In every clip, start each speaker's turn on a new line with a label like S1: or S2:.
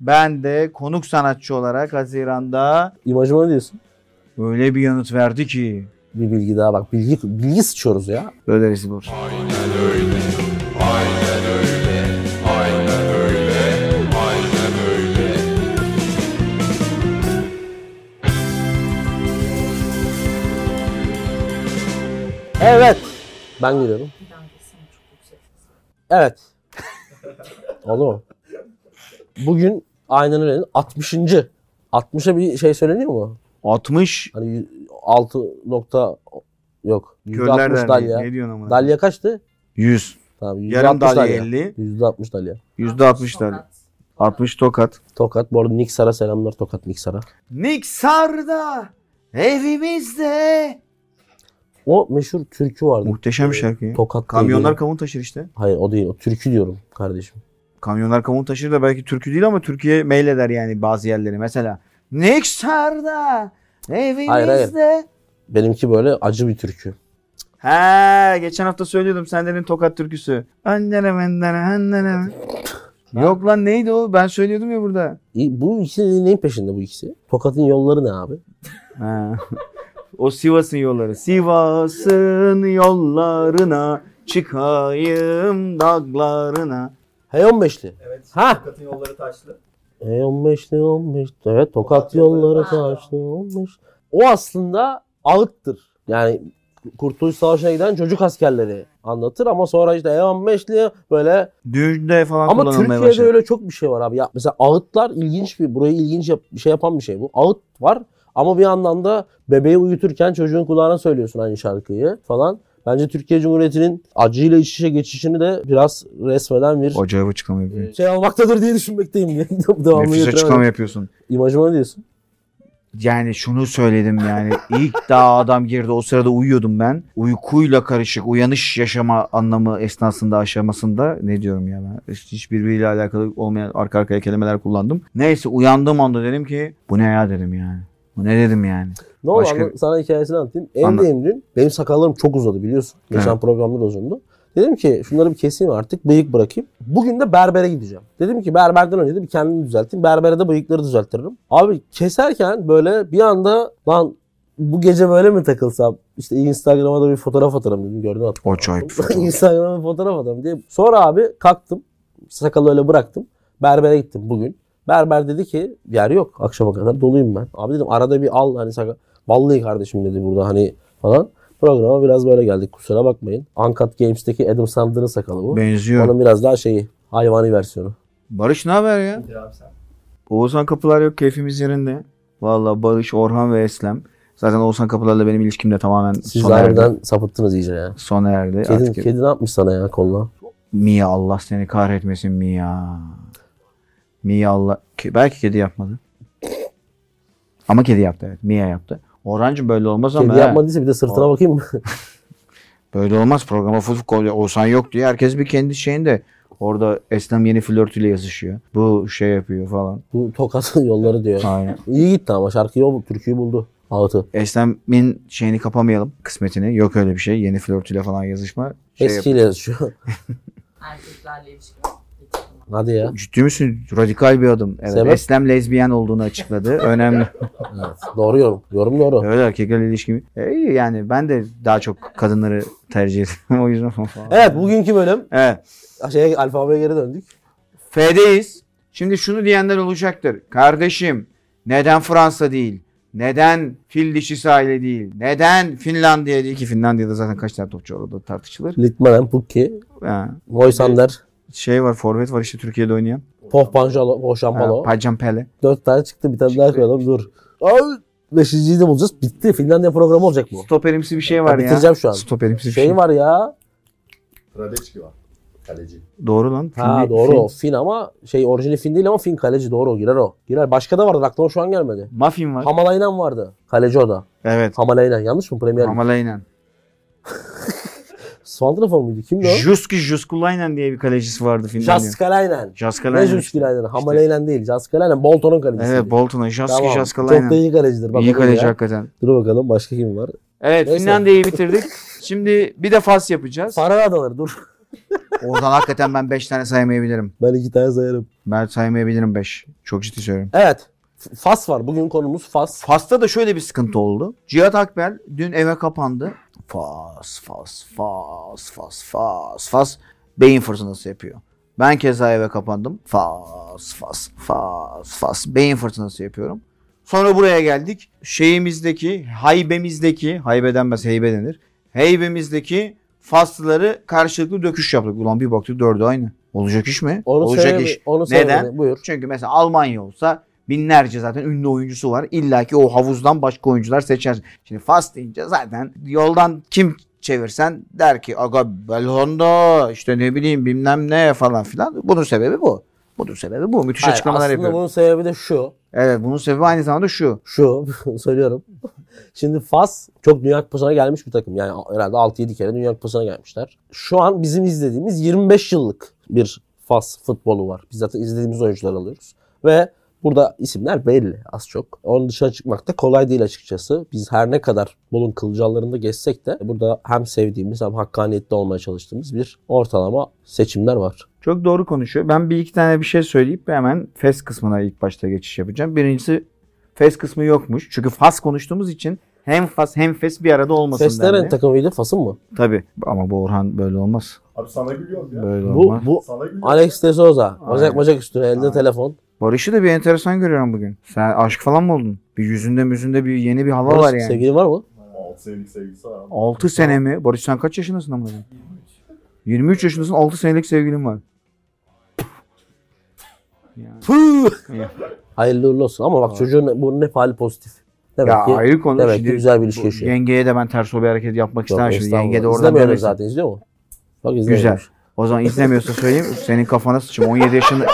S1: Ben de konuk sanatçı olarak Haziran'da
S2: İmajıma ne diyorsun?
S1: öyle bir yanıt verdi ki.
S2: Bir bilgi daha bak. Bilgi, bilgi sıçıyoruz ya.
S1: Böleriz bu.
S2: Evet. Ben geliyorum. Evet. Oldu mu? Bugün aynen öyle. 60. 60'a bir şey söyleniyor mu?
S1: 60
S2: Hani yü- 6 nokta yok.
S1: körler
S2: %60
S1: derneği.
S2: dalya.
S1: Ne diyorsun amına?
S2: Dalya kaçtı?
S1: 100.
S2: Tamam
S1: Yarım
S2: %60
S1: dalya
S2: dalya.
S1: 50.
S2: %60 dalya.
S1: %60 dalya. 60 tokat.
S2: Tokat. Bu arada Nick Sara selamlar Tokat Nick Sara.
S1: Niksar'da evimizde.
S2: O meşhur türkü vardı.
S1: Muhteşem bir şarkı. ya.
S2: Tokat diye
S1: Kamyonlar
S2: geliyor.
S1: kavun taşır işte.
S2: Hayır o değil. O türkü diyorum kardeşim.
S1: Kamyonlar kavun taşır da belki türkü değil ama Türkiye meyleder yani bazı yerleri. Mesela Niksar'da evimizde.
S2: Hayır, hayır. Benimki böyle acı bir türkü.
S1: He geçen hafta söylüyordum sendenin tokat türküsü. Annene mendene annene. Yok lan neydi o? Ben söylüyordum ya burada.
S2: İyi, Bu ikisi neyin peşinde bu ikisi? Tokat'ın yolları ne abi?
S1: He. o Sivas'ın yolları. Sivas'ın yollarına çıkayım dağlarına.
S2: Hey 15'li.
S3: Evet.
S2: Ha!
S3: Tokat'ın yolları taşlı.
S2: Hey 15'li 15. Evet Tokat yolları taşlı 15. O aslında ağıttır. Yani Kurtuluş Savaşı'na giden çocuk askerleri anlatır ama sonra işte hey 15'li böyle
S1: Düğünde falan
S2: Ama
S1: kullanılmaya
S2: Türkiye'de
S1: başladı.
S2: öyle çok bir şey var abi. Ya mesela ağıtlar ilginç bir burayı ilginç yap, bir şey yapan bir şey bu. Ağıt var ama bir yandan da bebeği uyuturken çocuğun kulağına söylüyorsun aynı şarkıyı falan. Bence Türkiye Cumhuriyeti'nin acıyla iç içe geçişini de biraz resmeden bir
S1: Acayip açıklama yapıyorsun.
S2: şey almaktadır diye düşünmekteyim. Devamını
S1: Nefis açıklama
S2: getiremedim.
S1: yapıyorsun.
S2: İmajıma ne diyorsun?
S1: Yani şunu söyledim yani ilk daha adam girdi o sırada uyuyordum ben. Uykuyla karışık uyanış yaşama anlamı esnasında aşamasında ne diyorum ya ben hiç- hiç birbiriyle alakalı olmayan arka arkaya kelimeler kullandım. Neyse uyandığım anda dedim ki bu ne ya dedim yani. Bu ne dedim yani.
S2: Ne oldu?
S1: Başka-
S2: Anla- Sana hikayesini anlatayım.
S1: Anlat.
S2: Evdeyim dün. Benim sakallarım çok uzadı biliyorsun. Geçen programda da uzundu. Dedim ki şunları bir keseyim artık. Bıyık bırakayım. Bugün de berbere gideceğim. Dedim ki berberden önce de bir kendimi düzelteyim. Berbere de bıyıkları düzeltirim. Abi keserken böyle bir anda lan bu gece böyle mi takılsam? İşte Instagram'a da bir fotoğraf atarım dedim. Gördün hatta.
S1: O çay.
S2: Instagram'a bir fotoğraf atalım diye. Sonra abi kalktım. Sakalı öyle bıraktım. Berbere gittim bugün. Berber dedi ki yer yok akşama kadar doluyum ben. Abi dedim arada bir al hani sakal. Vallahi kardeşim dedi burada hani falan. Programa biraz böyle geldik kusura bakmayın. Uncut Games'teki Adam Sandler'ın sakalı bu.
S1: Benziyor.
S2: Onun biraz daha şeyi hayvani versiyonu.
S1: Barış ne haber ya?
S3: Nedir abi sen?
S1: Oğuzhan Kapılar yok keyfimiz yerinde. Valla Barış, Orhan ve Eslem. Zaten Oğuzhan Kapılar'la benim ilişkim de tamamen
S2: Siz
S1: sona erdi.
S2: harbiden sapıttınız iyice ya.
S1: Sona erdi.
S2: Kedi,
S1: Artık
S2: kedi ne yapmış sana ya koluna?
S1: Mia Allah seni kahretmesin Mia. Mia Allah. Ke- Belki kedi yapmadı. Ama kedi yaptı evet. Mia yaptı. Orhancım böyle olmaz ama.
S2: Kedi
S1: he.
S2: yapmadıysa bir de sırtına bakayım mı?
S1: Böyle olmaz. Programa full koy- Oğuzhan yok diye herkes bir kendi şeyinde. Orada Eslem yeni flörtüyle yazışıyor. Bu şey yapıyor falan.
S2: bu tokat yolları diyor.
S1: Aynen.
S2: İyi gitti ama şarkıyı o türküyü buldu. Ağıtı.
S1: Eslem'in şeyini kapamayalım. Kısmetini. Yok öyle bir şey. Yeni flörtüyle falan yazışma. Şey yap-
S2: Eskiyle yazışıyor.
S4: erkeklerle ilişki getirdim.
S2: Hadi ya.
S1: Ciddi misin? Radikal bir adım. Evet.
S2: Sebep?
S1: Eslem lezbiyen olduğunu açıkladı. Önemli.
S2: Evet. Doğru yorum. Yorum doğru.
S1: Öyle erkeklerle ilişkim. E, iyi yani ben de daha çok kadınları tercih ediyorum o yüzden falan.
S2: Evet bugünkü bölüm
S1: Evet.
S2: şey alfabeye geri döndük.
S1: F'deyiz. Şimdi şunu diyenler olacaktır. Kardeşim neden Fransa değil? Neden fil dişisi aile değil? Neden Finlandiya değil ki Finlandiya'da zaten kaç tane topçu orada tartışılır.
S2: Litmanen, Pukki,
S1: Ha,
S2: Moisander,
S1: şey var forvet var işte Türkiye'de oynayan.
S2: Poh Panjalo, Poh Şampalo.
S1: Ha, Pacan Pele.
S2: Dört tane çıktı bir tane daha koyalım dur. Ay, beşinciyi de bulacağız. Bitti. Finlandiya programı olacak bu.
S1: Stoperimsi bir şey var ya.
S2: bitireceğim şu an.
S1: Stoperimsi bir şey.
S2: Şey var ya.
S3: Radeçki var. Kaleci.
S1: Doğru lan.
S2: Ha
S1: Fin-
S2: doğru
S1: Fin-
S2: o. Fin ama şey orijini Fin değil ama Fin kaleci doğru o. Girer o. Girer. Başka da vardı. Aklıma şu an gelmedi.
S1: Muffin var.
S2: Hamalaynan vardı. Kaleci o da.
S1: evet.
S2: Hamalaynan. Yanlış mı? Premier Lig.
S1: Hamalainen.
S2: Santrafor muydu? Kimdi o?
S1: Juski Juskulainen diye bir kalecisi vardı Finlandiya'nın.
S2: Jaskalainen.
S1: Jaskalainen.
S2: Ne Juskalainen? Hamalaynan değil. Jaskalainen. Bolton'un kalecisi.
S1: Evet Bolton'a Jaski
S2: Tamam.
S1: Jaskalainen.
S2: Çok da iyi kalecidir. Bak
S1: İyi
S2: bu
S1: kaleci
S2: ya.
S1: hakikaten.
S2: Dur bakalım başka kim var?
S1: Evet
S2: Neyse.
S1: Finlandiya'yı bitirdik. Şimdi bir de Fas yapacağız.
S2: Farah adaları dur.
S1: Oradan hakikaten ben 5 tane saymayabilirim.
S2: Ben iki tane sayarım.
S1: Ben saymayabilirim 5. Çok ciddi söylüyorum.
S2: Evet. F- Fas var. Bugün konumuz Fas.
S1: Fas'ta da şöyle bir sıkıntı oldu. Cihat Akbel dün eve kapandı. Fas, Fas, Fas, Fas, Fas, Fas. Beyin fırtınası yapıyor. Ben keza eve kapandım. Fas, Fas, Fas, Fas. Beyin fırtınası yapıyorum. Sonra buraya geldik. Şeyimizdeki, haybemizdeki, haybe denmez heybe denir. Heybemizdeki Faslıları karşılıklı döküş yaptık. Ulan bir baktık dördü aynı. Olacak iş mi?
S2: Onu
S1: Olacak
S2: söyleme-
S1: iş.
S2: Onu
S1: Neden?
S2: söyleme. Buyur.
S1: Çünkü mesela Almanya olsa binlerce zaten ünlü oyuncusu var. İlla ki o havuzdan başka oyuncular seçersin. Şimdi Fas deyince zaten yoldan kim çevirsen der ki aga Belhondo işte ne bileyim bilmem ne falan filan. Bunun sebebi bu. Bunun sebebi bu. Müthiş
S2: Hayır,
S1: açıklamalar
S2: aslında
S1: yapıyor.
S2: bunun sebebi de şu.
S1: Evet bunun sebebi aynı zamanda şu.
S2: Şu. söylüyorum. Şimdi Fas çok Dünya Kupası'na gelmiş bir takım. Yani herhalde 6-7 kere Dünya Kupası'na gelmişler. Şu an bizim izlediğimiz 25 yıllık bir Fas futbolu var. Biz zaten izlediğimiz oyuncuları alıyoruz. Ve burada isimler belli az çok. Onun dışına çıkmak da kolay değil açıkçası. Biz her ne kadar bunun kılcallarında geçsek de burada hem sevdiğimiz hem hakkaniyetli olmaya çalıştığımız bir ortalama seçimler var.
S1: Çok doğru konuşuyor. Ben bir iki tane bir şey söyleyip hemen FES kısmına ilk başta geçiş yapacağım. Birincisi FES kısmı yokmuş. Çünkü FAS konuştuğumuz için hem FAS hem FES bir arada olmasın.
S2: Feslerin
S1: dendi.
S2: takımıydı Fas'ın mı?
S1: Tabii. Ama bu Orhan böyle olmaz.
S3: Abi sana gülüyorum ya.
S1: Böyle
S2: Bu,
S1: olmaz.
S2: bu
S3: Sana gülüyorum.
S2: Alex de Souza. Bacak
S1: Aynen.
S2: bacak üstüne elde
S1: Aynen.
S2: telefon.
S1: Barış'ı da bir enteresan görüyorum bugün. Sen aşk falan mı oldun? Bir yüzünde müzünde bir yeni bir hava
S2: Barış,
S1: var yani.
S2: Sevgilin var mı?
S3: 6 senelik sevgilisi var abi.
S1: 6 sene mi? Barış sen kaç yaşındasın amına koyayım? 23 yaşındasın 6 senelik sevgilin var. Yani.
S2: Hayırlı uğurlu olsun. Ama bak çocuğun bunun hep hali pozitif. Demek
S1: Ya
S2: ki
S1: ayrı konu.
S2: demek
S1: Şimdi
S2: ki güzel bir ilişki
S1: bu-
S2: yaşıyor.
S1: Yengeye de ben ters o bir hareket yapmak
S2: Yok,
S1: istemem şimdi. Yenge de
S2: estağfurullah.
S1: oradan
S2: İzlemiyoruz
S1: demesin.
S2: zaten izliyor mu? Bak
S1: Güzel.
S2: izlemiyoruz.
S1: O zaman izlemiyorsa söyleyeyim. Senin kafana sıçayım. 17 yaşında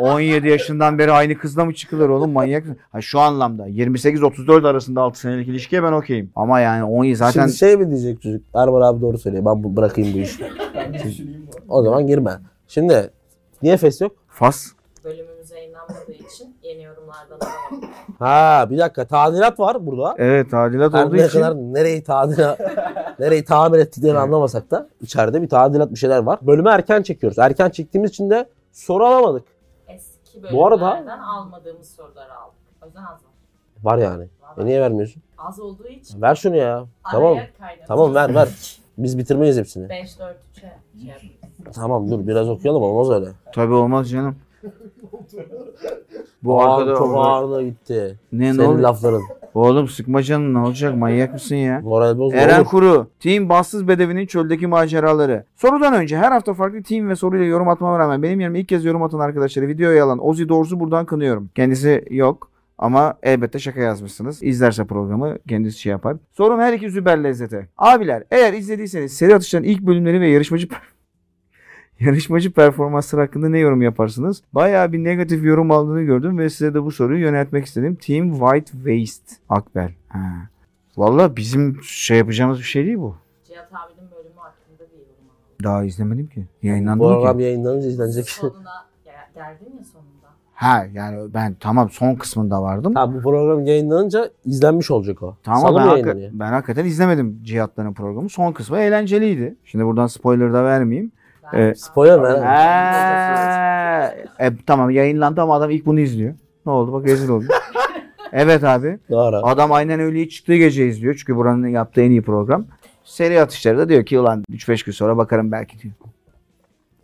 S1: 17 yaşından beri aynı kızla mı çıkılır oğlum manyak mısın? Ha şu anlamda 28-34 arasında 6 senelik ilişkiye ben okeyim. Ama yani 17 zaten
S2: Şimdi şey mi diyecek çocuk? Erman abi doğru söylüyor. Ben bu, bırakayım bu işi.
S3: Ben bir düşüneyim bu.
S2: O zaman girme. Şimdi niye fes yok?
S1: Fas
S4: Bölümümüz yayınlanmadığı için yeni yorumlardan alamadım.
S2: Ha bir dakika tadilat var burada.
S1: Evet tadilat
S2: Her
S1: olduğu
S2: ne
S1: için
S2: kadar nereyi tadilat, nereyi tamir ettiklerini anlamasak da içeride bir tadilat bir şeyler var. Bölümü erken çekiyoruz. Erken çektiğimiz için de soru alamadık.
S4: Eski
S2: Bu arada-
S4: bölümlerden almadığımız soruları aldık. O yüzden az var.
S2: Var yani. E niye vermiyorsun?
S4: Az olduğu için
S2: Ver şunu ya. Tamam.
S4: araya kaynadı.
S2: Tamam ver ver. Biz bitirmeyiz hepsini.
S4: 5-4-3'e şey yapıyoruz.
S2: Tamam dur biraz okuyalım olmaz öyle.
S1: tabii olmaz canım. Bu
S2: Aa,
S1: arkada
S2: çok
S1: orada-
S2: ağırlığa gitti.
S1: ne, ne
S2: Senin
S1: oluyor?
S2: lafların.
S1: Oğlum sıkma canını ne olacak manyak mısın ya?
S2: Moral bozma
S1: Eren
S2: oğlum.
S1: Kuru, Team Bassız Bedevi'nin çöldeki maceraları. Sorudan önce her hafta farklı team ve soruyla yorum atmama rağmen benim yerime ilk kez yorum atan arkadaşları videoya alan Ozi Doğrusu buradan kınıyorum. Kendisi yok ama elbette şaka yazmışsınız. İzlerse programı kendisi şey yapar. Sorum her iki Züber Lezzet'e. Abiler eğer izlediyseniz seri atışların ilk bölümleri ve yarışmacı Yarışmacı performansları hakkında ne yorum yaparsınız? Bayağı bir negatif yorum aldığını gördüm ve size de bu soruyu yöneltmek istedim. Team White Waste Akbel. Ha. Valla bizim şey yapacağımız bir şey değil bu.
S4: Cihat abinin bölümü hakkında bir yorum alalım.
S1: Daha izlemedim ki.
S2: Bu
S1: Yayınlandı mı
S2: program
S1: ki?
S2: yayınlanınca izlenecek.
S4: Sonuna gel- geldin ya sonunda.
S1: Ha yani ben tamam son kısmında vardım.
S2: tamam bu program yayınlanınca izlenmiş olacak o.
S1: Tamam
S2: Salı
S1: ama
S2: mı
S1: ben,
S2: yayınlanıyor?
S1: hakika- ben hakikaten izlemedim Cihatların programı. Son kısmı eğlenceliydi. Şimdi buradan spoiler da vermeyeyim.
S4: Ben-
S1: Evet.
S2: Spoiler
S4: Ben-
S2: ver.
S1: Ha, e, tamam yayınlandı ama adam ilk bunu izliyor. Ne oldu bak rezil oldu. evet abi.
S2: Doğru.
S1: Adam aynen öyle çıktığı gece izliyor. Çünkü buranın yaptığı en iyi program. Seri atışları da diyor ki ulan 3-5 gün sonra bakarım belki diyor.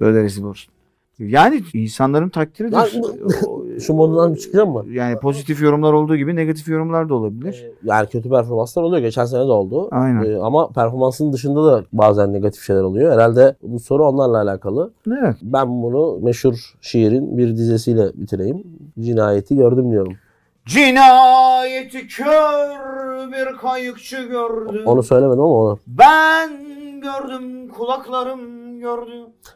S1: Böyle rezil olursun. Yani insanların takdiri de
S2: Lan Şu şey moddan çıkacak mı? Ee,
S1: yani pozitif yorumlar olduğu gibi negatif yorumlar da olabilir.
S2: Yani kötü performanslar oluyor. Geçen sene de oldu.
S1: Aynen.
S2: Ee, ama performansın dışında da bazen negatif şeyler oluyor. Herhalde bu soru onlarla alakalı.
S1: Evet.
S2: Ben bunu meşhur şiirin bir dizesiyle bitireyim. Cinayeti gördüm diyorum.
S1: Cinayeti kör bir kayıkçı gördü.
S2: Onu söylemedim ama onu.
S1: Ben gördüm kulaklarım gördü.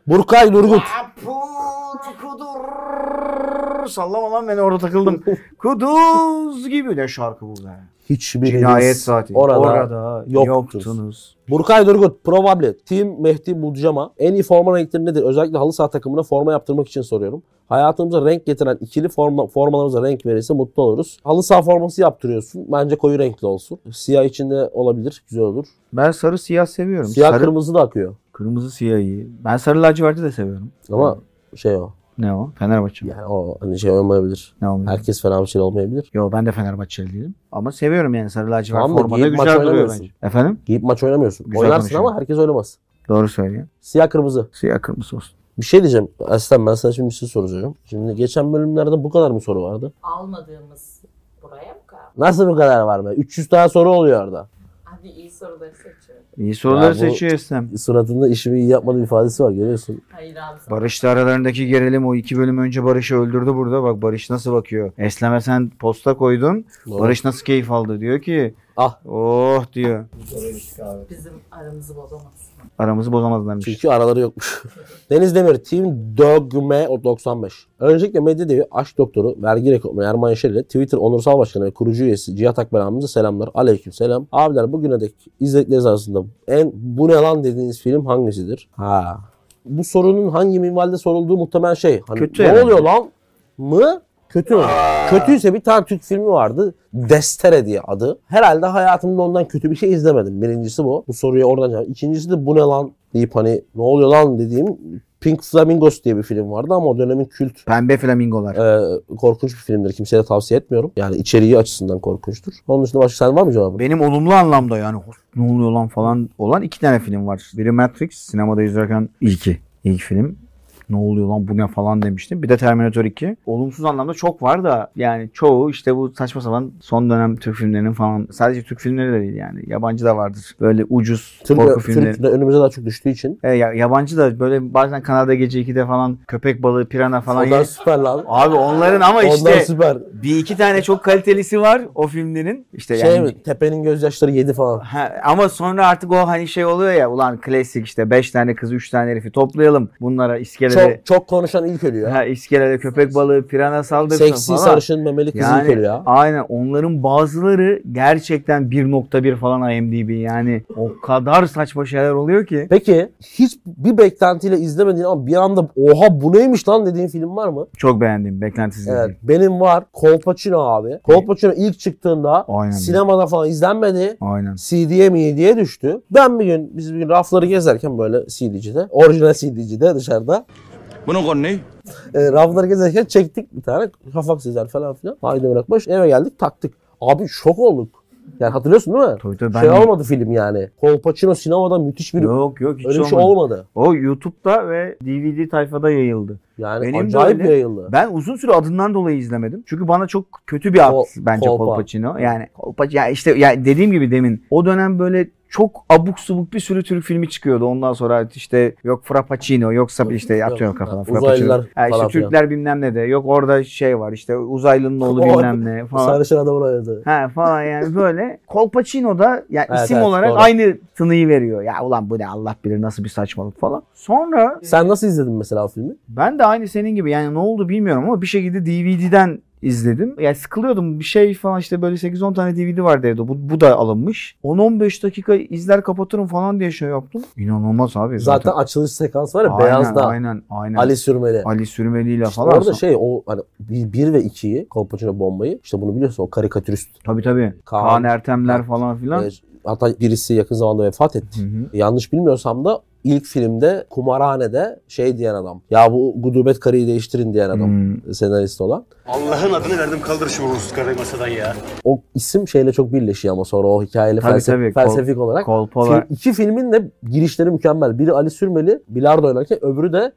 S2: Burkay Durgut.
S1: Apur kudur. Sallama lan beni orada takıldım. Kuduz gibi de şarkı bu be.
S2: Hiçbiriniz
S1: Cinayet saati.
S2: Orada,
S1: yoktunuz.
S2: yoktunuz. Burkay Durgut probable Team Mehdi Bulcama en iyi forma renkleri nedir? Özellikle halı saha takımına forma yaptırmak için soruyorum. Hayatımıza renk getiren ikili forma, formalarımıza renk verirse mutlu oluruz. Halı saha forması yaptırıyorsun. Bence koyu renkli olsun. Siyah içinde olabilir. Güzel olur.
S1: Ben sarı siyah seviyorum.
S2: Siyah
S1: sarı,
S2: kırmızı da akıyor.
S1: Kırmızı siyahı. Ben sarı laciverti de seviyorum.
S2: Ama şey o.
S1: Ne o? Fenerbahçe. mi?
S2: Yani o hani şey olmayabilir.
S1: Ne olmuyor?
S2: Herkes Fenerbahçeli olmayabilir.
S1: Yo ben de Fenerbahçeli değilim. Ama seviyorum yani sarı lacivert
S2: Tamam da
S1: formada
S2: giyip maç
S1: güzel duruyor
S2: oynamıyorsun.
S1: bence. Efendim?
S2: Giyip maç oynamıyorsun.
S1: Güzel
S2: Oynarsın
S1: konuşuyor.
S2: ama herkes oynamaz.
S1: Doğru söylüyor.
S2: Siyah kırmızı.
S1: Siyah kırmızı olsun.
S2: Bir şey diyeceğim. Aslan ben sana şimdi bir şey soracağım. Şimdi geçen bölümlerde bu kadar mı soru vardı?
S4: Almadığımız buraya mı kaldı?
S2: Nasıl bu kadar var mı? 300 tane soru oluyor orada.
S4: Abi iyi soruları seçiyorum.
S1: İyi soruları
S2: bu-
S1: seçiyor Esnem.
S2: Suratında işimi iyi yapmadım ifadesi var görüyorsun.
S4: Hayır abi. sana-
S1: Barış'la aralarındaki gerilim o iki bölüm önce Barış'ı öldürdü burada. Bak Barış nasıl bakıyor. Eslem'e sen posta koydun.
S2: Doğru.
S1: Barış nasıl keyif aldı diyor ki.
S2: Ah.
S1: Oh diyor.
S3: abi.
S4: Bizim aramızı bozamazsın.
S1: Aramızı bozamazlarmış.
S2: Çünkü araları yokmuş. Deniz Demir, Team Dogme 95. Öncelikle medya devi, aşk doktoru, vergi rekortmeni Erman Yaşar ile Twitter onursal başkanı ve kurucu üyesi Cihat Akber abimize selamlar. Aleyküm selam. Abiler bugüne dek izledikleriniz arasında en bu ne lan dediğiniz film hangisidir? Ha. Bu sorunun hangi minvalde sorulduğu muhtemelen şey. Hani,
S1: Kötü
S2: ne
S1: herhalde.
S2: oluyor lan mı? Kötü mü? Kötüyse bir tane Türk filmi vardı. Destere diye adı. Herhalde hayatımda ondan kötü bir şey izlemedim. Birincisi bu. Bu soruya oradan cevap. İkincisi de bu ne lan deyip hani ne oluyor lan dediğim Pink Flamingos diye bir film vardı ama o dönemin kült
S1: Pembe flamingolar.
S2: e, korkunç bir filmdir. Kimseye de tavsiye etmiyorum. Yani içeriği açısından korkunçtur. Onun dışında başka sen var mı cevabın?
S1: Benim olumlu anlamda yani "Of, ne oluyor lan falan olan iki tane film var. Biri Matrix sinemada izlerken ilki. ilk film. Ne oluyor lan bu ne falan demiştim. Bir de Terminator 2. Olumsuz anlamda çok var da yani çoğu işte bu saçma sapan son dönem Türk filmlerinin falan sadece Türk filmleri de değil yani yabancı da vardır. Böyle ucuz
S2: Türk,
S1: korku
S2: Türk
S1: filmleri.
S2: de önümüze daha çok düştüğü için.
S1: E, ya- yabancı da böyle bazen Kanada gece 2'de falan köpek balığı pirana falan.
S2: Ondan
S1: ye-
S2: süper lan.
S1: Abi onların ama
S2: Ondan
S1: işte
S2: süper.
S1: bir iki tane çok kalitelisi var o filmlerin. İşte
S2: Şey
S1: yani
S2: mi? Tepenin gözyaşları yedi falan.
S1: Ha, ama sonra artık o hani şey oluyor ya ulan klasik işte 5 tane kızı 3 tane herifi toplayalım. Bunlara iskelede
S2: Çok, çok konuşan ilk ölüyor.
S1: ha, iskelede köpek balığı pirana saldırsın
S2: Seksi
S1: falan.
S2: sarışın memeli kız ilk
S1: yani
S2: ölüyor ya.
S1: aynen onların bazıları gerçekten 1.1 falan IMDb yani o kadar saçma şeyler oluyor ki.
S2: Peki hiç bir beklentiyle izlemediğin ama bir anda oha bu neymiş lan dediğin film var mı?
S1: Çok beğendim beklentisiz.
S2: Evet. Benim var. Kolpaçino abi. Kolpaçino ilk çıktığında
S1: Aynen.
S2: sinemada falan izlenmedi.
S1: Aynen.
S2: CD'ye mi diye düştü. Ben bir gün biz bir gün rafları gezerken böyle CD'cide, orijinal CD'cide dışarıda
S5: Bunun konu ne?
S2: e, rafları gezerken çektik bir tane. Kafak Sezer falan filan. Haydi bırakmış. Eve geldik taktık. Abi şok olduk. Yani hatırlıyorsun değil mi?
S1: Tabii tabii ben
S2: şey olmadı film yani. Kolpaçino sinemada müthiş bir
S1: Yok yok hiç
S2: öyle bir
S1: olmadı.
S2: şey olmadı.
S1: O YouTube'da ve DVD tayfada yayıldı.
S2: Yani
S1: Benim de
S2: acayip
S1: öyle.
S2: yayıldı.
S1: Ben uzun süre adından dolayı izlemedim. Çünkü bana çok kötü bir
S2: Kol-
S1: at bence
S2: kolpa.
S1: Kolpaçino. Yani Kolpaçino ya işte ya dediğim gibi demin o dönem böyle çok abuk subuk bir sürü Türk filmi çıkıyordu. Ondan sonra işte yok Frappuccino yoksa işte atıyorum kafadan Frappuccino.
S2: Uzaylılar
S1: Ha işte
S2: falan filan.
S1: Türkler bilmem ne de yok orada şey var işte uzaylının oğlu
S2: O-
S1: bilmem ne falan.
S2: Sarışın adam oynadı.
S1: Ha falan yani böyle. Kolpaçino da ya
S2: Evet,
S1: isim
S2: evet,
S1: olarak
S2: doğru.
S1: aynı tınıyı veriyor. Ya ulan bu ne Allah bilir nasıl bir saçmalık falan. Sonra
S2: Sen nasıl izledin mesela o filmi?
S1: ben de aynı senin gibi yani ne oldu bilmiyorum ama bir şekilde DVD'den izledim. Yani sıkılıyordum bir şey falan işte böyle 8-10 tane DVD vardı evde. Bu, bu da alınmış. 10-15 dakika izler kapatırım falan diye şey yaptım. İnanılmaz abi.
S2: Zaten açılış sekansı var ya
S1: Aynen,
S2: Beyaz'da.
S1: Aynen aynen. Ali,
S2: Ali Sürmeli.
S1: Sürmeli ile
S2: İşte
S1: falan.
S2: orada şey o hani 1 ve 2'yi Kolpaçino bombayı işte bunu biliyorsun o karikatürist.
S1: Tabii tabii.
S2: Kaan-
S1: Kaan, Ertemler falan filan.
S2: Ee, hatta birisi yakın zamanda vefat etti.
S1: Hı hı.
S2: Yanlış bilmiyorsam da ilk filmde kumarhanede şey diyen adam. Ya bu gudubet karıyı değiştirin diyen adam.
S1: Hmm.
S2: Senarist olan.
S6: Allah'ın adını verdim kaldır şu ruhsuz karayı masadan ya.
S2: O isim şeyle çok birleşiyor ama sonra o hikayeyle
S1: Tabii,
S2: felsef-
S1: tabii. Kol-
S2: felsefik olarak.
S1: Kolpa
S2: Film,
S1: var.
S2: iki filmin de girişleri mükemmel. Biri Ali Sürmeli bilardo oynarken öbürü de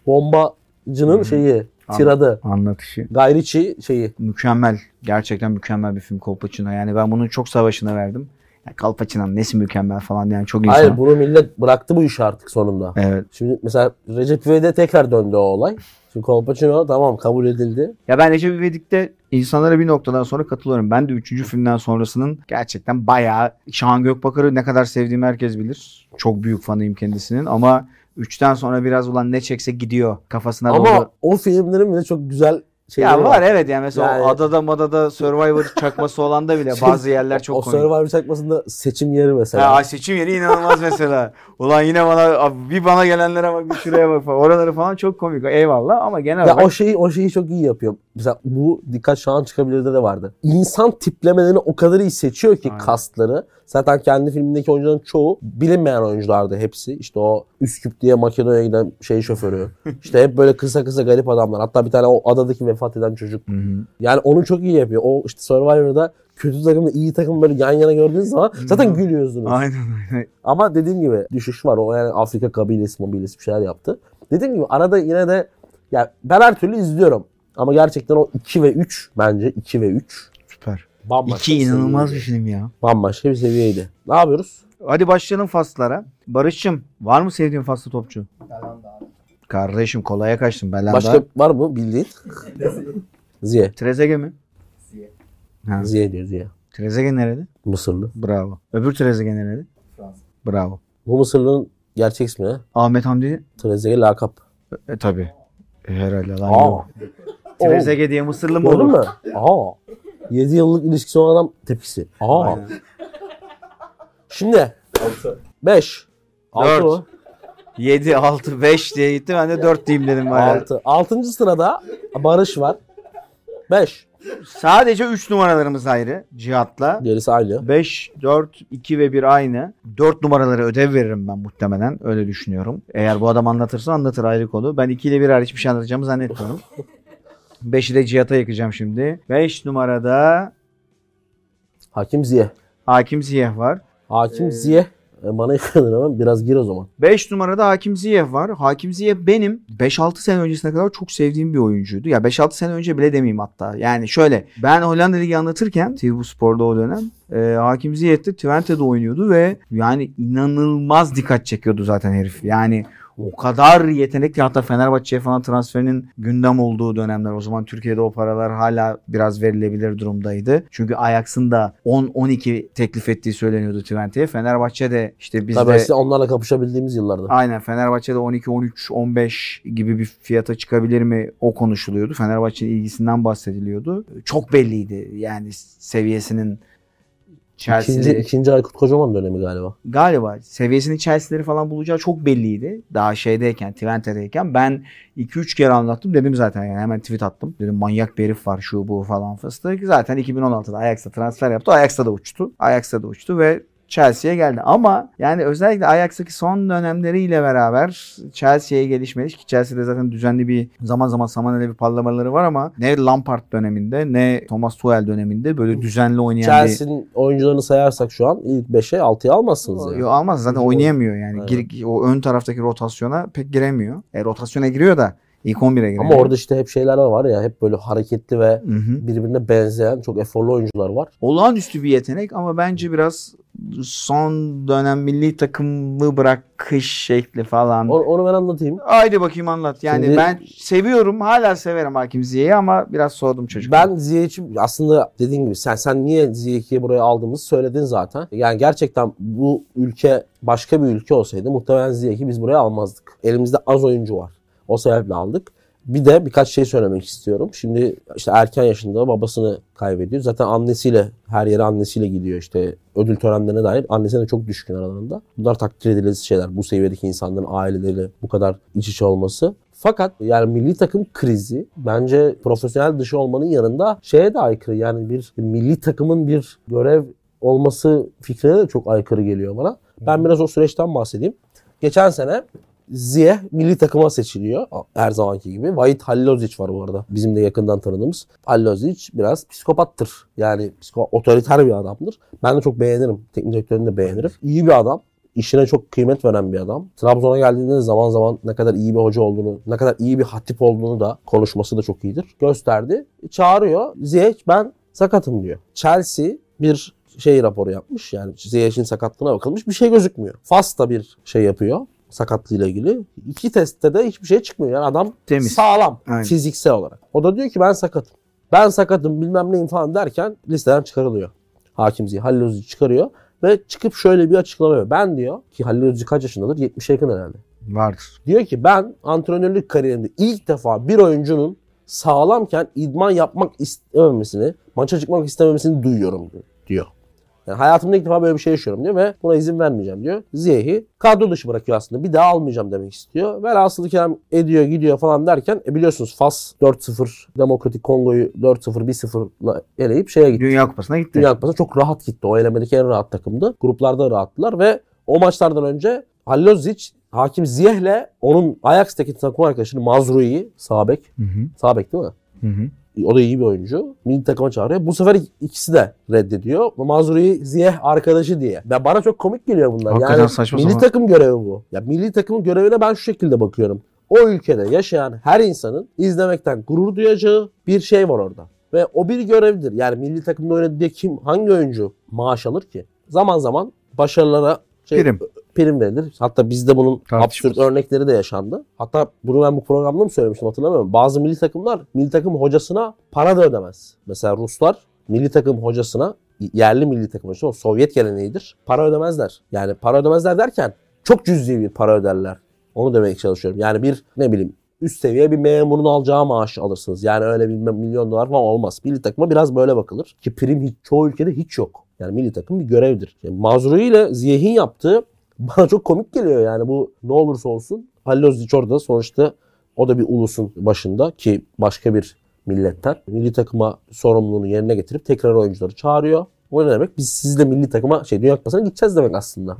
S2: bombacının şeyi,
S1: Anladım.
S2: tiradı.
S1: Anlatışı.
S2: Gayriçi şeyi.
S1: Mükemmel. Gerçekten mükemmel bir film Kolpaçino. Yani ben bunun çok savaşına verdim. Ya Kolpaçino'nun nesi mükemmel falan yani çok insan.
S2: Hayır bunu millet bıraktı bu işi artık sonunda.
S1: Evet.
S2: Şimdi mesela Recep İvedik'e tekrar döndü o olay. Şimdi Kolpaçino tamam kabul edildi.
S1: Ya ben Recep İvedik'te insanlara bir noktadan sonra katılıyorum. Ben de 3. filmden sonrasının gerçekten bayağı Şahan Gökbakar'ı ne kadar sevdiğimi herkes bilir. Çok büyük fanıyım kendisinin ama 3'ten sonra biraz ulan ne çekse gidiyor kafasına
S2: Ama
S1: doğru.
S2: o filmlerin bile çok güzel şeyleri
S1: ya var evet yani mesela
S2: Yani-
S1: o adada madada Survivor çakması olan da bile
S2: Şey-
S1: bazı yerler çok
S2: o
S1: komik.
S2: Survivor çakmasında seçim yeri mesela.
S1: Ha, ay seçim yeri inanılmaz mesela. Ulan yine bana abi bir bana gelenlere bak bir şuraya bak falan. Oraları falan çok komik. Eyvallah ama genel
S2: Ya
S1: olarak
S2: o şeyi o şeyi çok iyi yapıyor. Mesela bu dikkat şu an çıkabilirde de vardı. İnsan tiplemelerini o kadar iyi seçiyor ki
S1: Aynen.
S2: kasları. Zaten kendi filmindeki oyuncuların çoğu bilinmeyen oyunculardı hepsi. İşte o Üsküp diye Makedonya'ya giden şey şoförü. işte hep böyle kısa kısa garip adamlar. Hatta bir tane o adadaki vefat eden çocuk.
S1: Hı hı.
S2: Yani onu çok iyi yapıyor. O işte Survivor'da kötü takımla iyi takım böyle yan yana gördüğünüz zaman zaten gülüyorsunuz.
S1: Aynen aynen.
S2: Ama dediğim gibi düşüş var. O yani Afrika kabilesi mobilesi bir şeyler yaptı. Dediğim gibi arada yine de ya ben her türlü izliyorum. Ama gerçekten o 2 ve 3 bence 2 ve 3
S1: Süper.
S2: bambaşka
S1: İki inanılmaz bir şey.
S2: seviyeydi.
S1: film ya.
S2: Bambaşka bir seviyeydi. Ne yapıyoruz?
S1: Hadi başlayalım faslara. Barış'cığım var mı sevdiğin faslı topçu?
S3: Belanda abi.
S1: Kardeşim kolaya kaçtın. Belanda.
S2: Başka var mı bildiğin? Ziye.
S1: Trezege mi?
S3: Siye.
S1: Ha.
S2: Ziye diyor Ziye.
S1: Trezege nereli?
S2: Mısırlı.
S1: Bravo. Öbür Trezege nereli?
S3: Fransız.
S1: Bravo.
S2: Bu Mısırlı'nın gerçek ismi ne?
S1: Ahmet Hamdi?
S2: Trezege lakap.
S1: E tabi. herhalde lan
S2: Aa.
S1: yok. Trezege diye Mısırlı mı olur?
S2: Gördün mü? Aa. 7 yıllık ilişkisi olan adam tepkisi. Aa.
S1: Aynen.
S2: Şimdi
S3: Altı.
S2: 5. 6
S1: Dört.
S2: mı?
S1: 7, 6, 5 diye gitti. Ben de 4 diyeyim dedim. bayağı.
S2: 6. 6. sırada Barış var. 5.
S1: Sadece 3 numaralarımız ayrı. Cihat'la.
S2: Gerisi aynı.
S1: 5, 4, 2 ve 1 aynı. 4 numaraları ödev veririm ben muhtemelen. Öyle düşünüyorum. Eğer bu adam anlatırsa anlatır ayrı konu. Ben 2 ile 1 hariç bir şey anlatacağımı zannetmiyorum. 5'i de Cihat'a yakacağım şimdi. 5 numarada
S2: Hakim Ziye.
S1: Hakim Ziyeh var. Ee.
S2: Hakim Ziye. E, bana yıkadın ama biraz gir o zaman.
S1: 5 numarada Hakim Ziyeh var. Hakim Ziyeh benim 5-6 sene öncesine kadar çok sevdiğim bir oyuncuydu. Ya 5-6 sene önce bile demeyeyim hatta. Yani şöyle ben Hollanda Ligi anlatırken TV Spor'da o dönem e, Hakim Ziyeh de Twente'de oynuyordu ve yani inanılmaz dikkat çekiyordu zaten herif. Yani o kadar yetenekli hatta Fenerbahçe'ye falan transferinin gündem olduğu dönemler. O zaman Türkiye'de o paralar hala biraz verilebilir durumdaydı. Çünkü Ajax'ın da 10-12 teklif ettiği söyleniyordu Twente'ye. Fenerbahçe de işte biz
S2: Tabii
S1: de
S2: size onlarla kapışabildiğimiz yıllarda.
S1: Aynen Fenerbahçe'de 12 13 15 gibi bir fiyata çıkabilir mi o konuşuluyordu. Fenerbahçe'nin ilgisinden bahsediliyordu. Çok belliydi yani seviyesinin
S2: İkinci,
S1: Chelsea'leri
S2: ikinci Aykut Kocaman dönemi galiba.
S1: galiba seviyesinin Chelsea'leri falan bulacağı çok belliydi. Daha şeydeyken, Twente'deyken ben 2-3 kere anlattım dedim zaten yani hemen tweet attım. Dedim manyak bir herif var şu bu falan fıstık. Zaten 2016'da Ajax'a transfer yaptı. Ajax'a da uçtu. Ajax'a da uçtu ve Chelsea'ye geldi. Ama yani özellikle Ajax'taki son dönemleriyle beraber Chelsea'ye gelişmeli ki Chelsea'de zaten düzenli bir zaman zaman Samanel'e bir parlamaları var ama ne Lampard döneminde ne Thomas Tuchel döneminde böyle düzenli oynayan bir-
S2: Chelsea'nin oyuncularını sayarsak şu an ilk 5'e 6'ya almazsınız yani.
S1: Yo, almaz zaten
S2: Oyuncu
S1: oynayamıyor yani.
S2: Aynen.
S1: Gir- o ön taraftaki rotasyona pek giremiyor. E, rotasyona giriyor da ilk 11'e giremiyor.
S2: Ama orada işte hep şeyler var ya hep böyle hareketli ve
S1: Hı hı.
S2: birbirine benzeyen çok eforlu oyuncular var.
S1: olağanüstü bir yetenek ama bence biraz son dönem milli takımı bırakış şekli falan.
S2: Onu, onu ben anlatayım.
S1: Haydi bakayım anlat. Yani
S2: Şimdi-
S1: ben seviyorum. Hala severim Hakim Ziye'yi ama biraz soğudum çocuk.
S2: Ben Ziye için aslında dediğin gibi sen sen niye Ziye 2'yi buraya aldığımızı söyledin zaten. Yani gerçekten bu ülke başka bir ülke olsaydı muhtemelen Ziye 2'yi biz buraya almazdık. Elimizde az oyuncu var. O sebeple aldık. Bir de birkaç şey söylemek istiyorum. Şimdi işte erken yaşında babasını kaybediyor. Zaten annesiyle her yere annesiyle gidiyor işte ödül törenlerine dair. Annesine de çok düşkün aralarında. Bunlar takdir edilesi şeyler. Bu seviyedeki insanların aileleriyle bu kadar iç içe olması. Fakat yani milli takım krizi bence profesyonel dışı olmanın yanında şeye de aykırı. Yani bir milli takımın bir görev olması fikrine de çok aykırı geliyor bana. Ben biraz o süreçten bahsedeyim. Geçen sene Ziye milli takıma seçiliyor her zamanki gibi. Vahit Halilhozic var bu arada. Bizim de yakından tanıdığımız. Halilhozic biraz psikopattır. Yani psiko otoriter bir adamdır. Ben de çok beğenirim. Teknik direktörünü de beğenirim. İyi bir adam. İşine çok kıymet veren bir adam. Trabzon'a geldiğinde de zaman zaman ne kadar iyi bir hoca olduğunu, ne kadar iyi bir hatip olduğunu da konuşması da çok iyidir. Gösterdi. E, Çağırıyor. Ziyech ben sakatım diyor. Chelsea bir şey raporu yapmış. Yani Ziyech'in sakatlığına bakılmış. Bir şey gözükmüyor. Fas da bir şey yapıyor sakatlığıyla ilgili. İki testte de hiçbir şey çıkmıyor. Yani adam
S1: Temiz.
S2: sağlam
S1: Aynen.
S2: fiziksel olarak. O da diyor ki ben sakatım. Ben sakatım bilmem neyim falan derken listeden çıkarılıyor. Hakim Ziya Halil Özcü çıkarıyor ve çıkıp şöyle bir açıklama yapıyor. Ben diyor ki Halil Özcü kaç yaşındadır? 70'e yakın herhalde.
S1: Vardır.
S2: Diyor ki ben antrenörlük kariyerimde ilk defa bir oyuncunun sağlamken idman yapmak istememesini, maça çıkmak istememesini duyuyorum diyor. diyor. Yani hayatımda ilk defa böyle bir şey yaşıyorum diyor ve buna izin vermeyeceğim diyor. Ziyeh'i kadro dışı bırakıyor aslında. Bir daha almayacağım demek istiyor. Velhasılı kelam ediyor gidiyor falan derken e biliyorsunuz Fas 4-0 Demokratik Kongo'yu 4-0 1-0'la eleyip şeye gitti.
S1: Dünya Kupası'na gitti.
S2: Dünya Kupası'na çok rahat gitti. O elemedeki en rahat takımdı. Gruplarda rahattılar ve o maçlardan önce Halilhodzic, Hakim Ziyeh'le onun Ajax'taki takım arkadaşını Mazrui, Sabek.
S1: Hı hı,
S2: Sabek değil mi?
S1: hı hı.
S2: O da iyi bir oyuncu. Milli takıma çağırıyor. Bu sefer ikisi de reddediyor. Mazrui Ziyeh arkadaşı diye. Ya bana çok komik geliyor bunlar.
S1: Hakikaten
S2: yani
S1: saçma
S2: milli
S1: sapan.
S2: takım görevi bu. Ya milli takımın görevine ben şu şekilde bakıyorum. O ülkede yaşayan her insanın izlemekten gurur duyacağı bir şey var orada. Ve o bir görevdir. Yani milli takımda oynadı diye kim hangi oyuncu maaş alır ki? Zaman zaman başarılara şey,
S1: Prim.
S2: prim verilir. Hatta bizde bunun absürt
S1: Tartışmasız.
S2: örnekleri de yaşandı. Hatta bunu ben bu programda mı söylemiştim hatırlamıyorum. Bazı milli takımlar milli takım hocasına para da ödemez. Mesela Ruslar milli takım hocasına yerli milli takım hocası o Sovyet geleneğidir. Para ödemezler. Yani para ödemezler derken çok cüzi bir para öderler. Onu demeye çalışıyorum. Yani bir ne bileyim üst seviye bir memurun alacağı maaş alırsınız. Yani öyle bilmem milyon dolar falan olmaz. Milli takıma biraz böyle bakılır. Ki prim hiç, çoğu ülkede hiç yok. Yani milli takım bir görevdir. Yani Mazrui ile Ziyeh'in yaptığı bana çok komik geliyor yani bu ne olursa olsun. Halil Özdiç orada sonuçta o da bir ulusun başında ki başka bir milletten. Milli takıma sorumluluğunu yerine getirip tekrar oyuncuları çağırıyor. O ne demek? Biz sizle milli takıma şey Dünya Kupası'na gideceğiz demek aslında.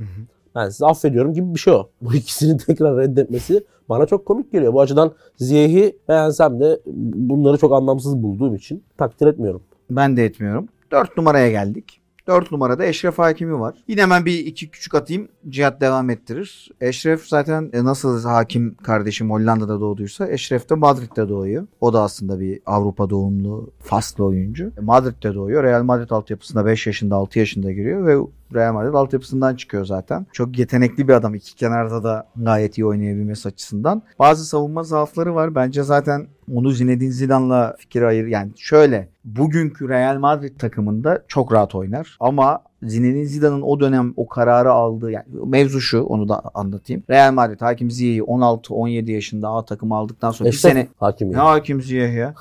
S2: Ben sizi affediyorum gibi bir şey o. Bu ikisini tekrar reddetmesi bana çok komik geliyor. Bu açıdan Ziyeh'i beğensem de bunları çok anlamsız bulduğum için takdir etmiyorum.
S1: Ben de etmiyorum. 4 numaraya geldik. 4 numarada Eşref Hakimi var. Yine hemen bir iki küçük atayım. Cihat devam ettirir. Eşref zaten e, nasıl hakim kardeşim Hollanda'da doğduysa Eşref de Madrid'de doğuyor. O da aslında bir Avrupa doğumlu Faslı oyuncu. E, Madrid'de doğuyor. Real Madrid altyapısına 5 yaşında 6 yaşında giriyor ve Real Madrid altyapısından çıkıyor zaten. Çok yetenekli bir adam. İki kenarda da gayet iyi oynayabilmesi açısından. Bazı savunma zaafları var. Bence zaten onu Zinedine Zidane'la fikir ayır. Yani şöyle bugünkü Real Madrid takımında çok rahat oynar. Ama Zinedine Zidane'ın o dönem o kararı aldığı yani mevzu şu onu da anlatayım. Real Madrid Hakim Ziyech'i 16-17 yaşında A takımı aldıktan sonra bir
S2: Eşref
S1: sene
S2: Hakimi.
S1: ne Hakim Ziyech ya?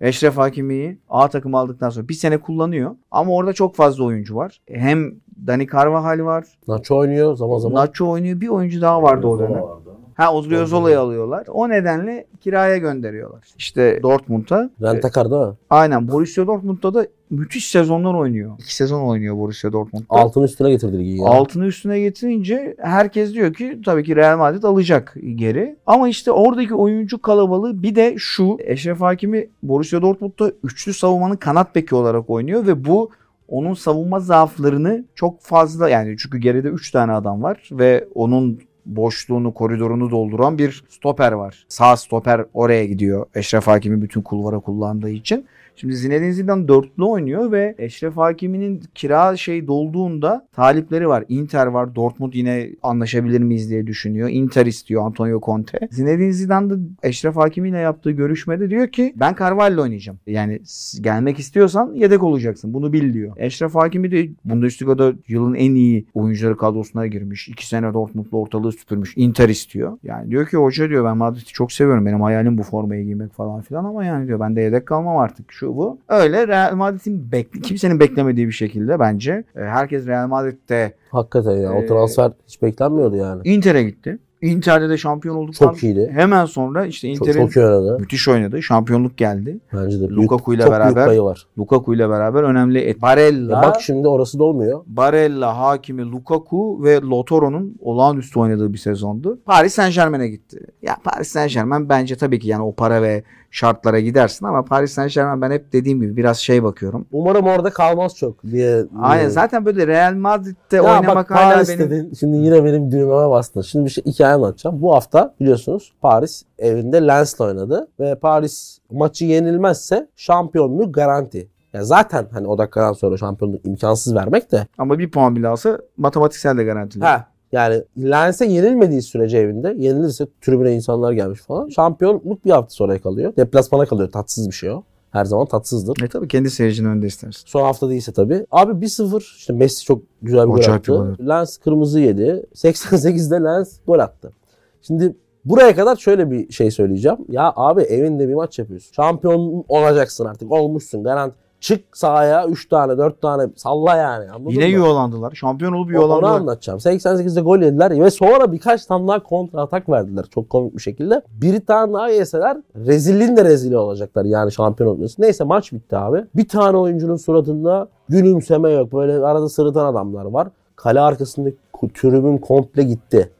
S1: Eşref Hakimi'yi A takım aldıktan sonra bir sene kullanıyor. Ama orada çok fazla oyuncu var. Hem Dani Carvajal var.
S2: Nacho oynuyor zaman zaman.
S1: Nacho oynuyor. Bir oyuncu daha vardı o dönem.
S3: Vardı ama.
S1: Ha Odriozola'yı alıyorlar. O nedenle kiraya gönderiyorlar. İşte Dortmund'a.
S2: Rentakar değil mi?
S1: Aynen Borussia Dortmund'da da müthiş sezonlar oynuyor. İki sezon oynuyor Borussia Dortmund'da.
S2: Altın üstüne getirdi ligi ya.
S1: Altını üstüne getirince herkes diyor ki tabii ki Real Madrid alacak geri. Ama işte oradaki oyuncu kalabalığı bir de şu Eşref Hakimi Borussia Dortmund'da üçlü savunmanın kanat beki olarak oynuyor ve bu onun savunma zaaflarını çok fazla yani çünkü geride 3 tane adam var ve onun boşluğunu, koridorunu dolduran bir stoper var. Sağ stoper oraya gidiyor. Eşref Hakimi bütün kulvara kullandığı için. Şimdi Zinedine Zidane dörtlü oynuyor ve Eşref Hakimi'nin kira şey dolduğunda talipleri var. Inter var. Dortmund yine anlaşabilir miyiz diye düşünüyor. Inter istiyor Antonio Conte. Zinedine Zidane da Eşref Hakimi'yle yaptığı görüşmede diyor ki ben Carvalho oynayacağım. Yani s- gelmek istiyorsan yedek olacaksın. Bunu bil diyor. Eşref Hakimi de Bundesliga'da yılın en iyi oyuncuları kadrosuna girmiş. İki sene Dortmund'la ortalığı süpürmüş. Inter istiyor. Yani diyor ki hoca diyor ben Madrid'i çok seviyorum. Benim hayalim bu formayı giymek falan filan ama yani diyor ben de yedek kalmam artık şu bu. Öyle Real Madrid'in bekle, kimsenin beklemediği bir şekilde bence. e, Herkes Real Madrid'de
S2: Hakikaten ya o
S1: Ee,
S2: transfer hiç beklenmiyordu yani.
S1: Inter'e gitti. Inter'de de şampiyon olduktan
S2: Çok iyiydi.
S1: hemen sonra işte
S2: Çok,
S1: Inter'in
S2: çok iyi oynadı.
S1: müthiş oynadı. Şampiyonluk geldi.
S2: Bence de. Büyük,
S1: Lukaku ile
S2: çok büyük
S1: beraber
S2: payı var.
S1: Lukaku ile beraber önemli et.
S2: E
S1: Barella
S2: bak şimdi orası da olmuyor.
S1: Barella, Hakimi, Lukaku ve Lotoro'nun olağanüstü oynadığı bir sezondu. Paris Saint Germain'e gitti. Ya Paris Saint Germain bence tabii ki yani o para ve şartlara gidersin ama Paris Saint Germain ben hep dediğim gibi biraz şey bakıyorum.
S2: Umarım orada kalmaz çok diye.
S1: Aynen
S2: diye-
S1: zaten böyle Real Madrid'de
S2: Ee, Ya
S1: oynamak
S2: bak
S1: hala
S2: Paris
S1: benim...
S2: dedin. Şimdi yine benim düğmeme bastın. Şimdi bir şey hikaye anlatacağım. Bu hafta biliyorsunuz Paris evinde Lens'le oynadı ve Paris maçı yenilmezse şampiyonluğu garanti. Ya zaten hani o dakikadan sonra şampiyonluk imkansız vermek de
S1: Ama bir puan bile alsa matematiksel de garantili.
S2: Ha. Yani Lens'e yenilmediği sürece evinde yenilirse tribüne insanlar gelmiş falan. Şampiyonluk bir hafta sonra kalıyor. Deplasmana kalıyor. Tatsız bir şey o. Her zaman tatsızdır.
S1: E tabii kendi seyircinin önünde istersin.
S2: Son hafta değilse tabii. Abi 1-0 işte Messi çok güzel bir gol
S1: Acayip bir
S2: attı. Lens kırmızı yedi. 88'de Lens gol attı. Şimdi Buraya kadar şöyle bir şey söyleyeceğim. Ya abi evinde bir maç yapıyorsun. Şampiyon olacaksın artık. Olmuşsun garanti. Çık sahaya 3 tane 4 tane salla yani. Anladın
S1: Yine
S2: mı?
S1: yuvalandılar. Şampiyon olup
S2: O- Onu
S1: yuvalandılar.
S2: anlatacağım. 88'de gol yediler ve sonra birkaç tane daha kontra atak verdiler. Çok komik bir şekilde. Bir tane daha yeseler rezilliğin de rezili olacaklar yani şampiyon olmuyorsun. Neyse maç bitti abi. Bir tane oyuncunun suratında gülümseme yok. Böyle arada sırıtan adamlar var. Kale arkasındaki ku- tribün komple gitti.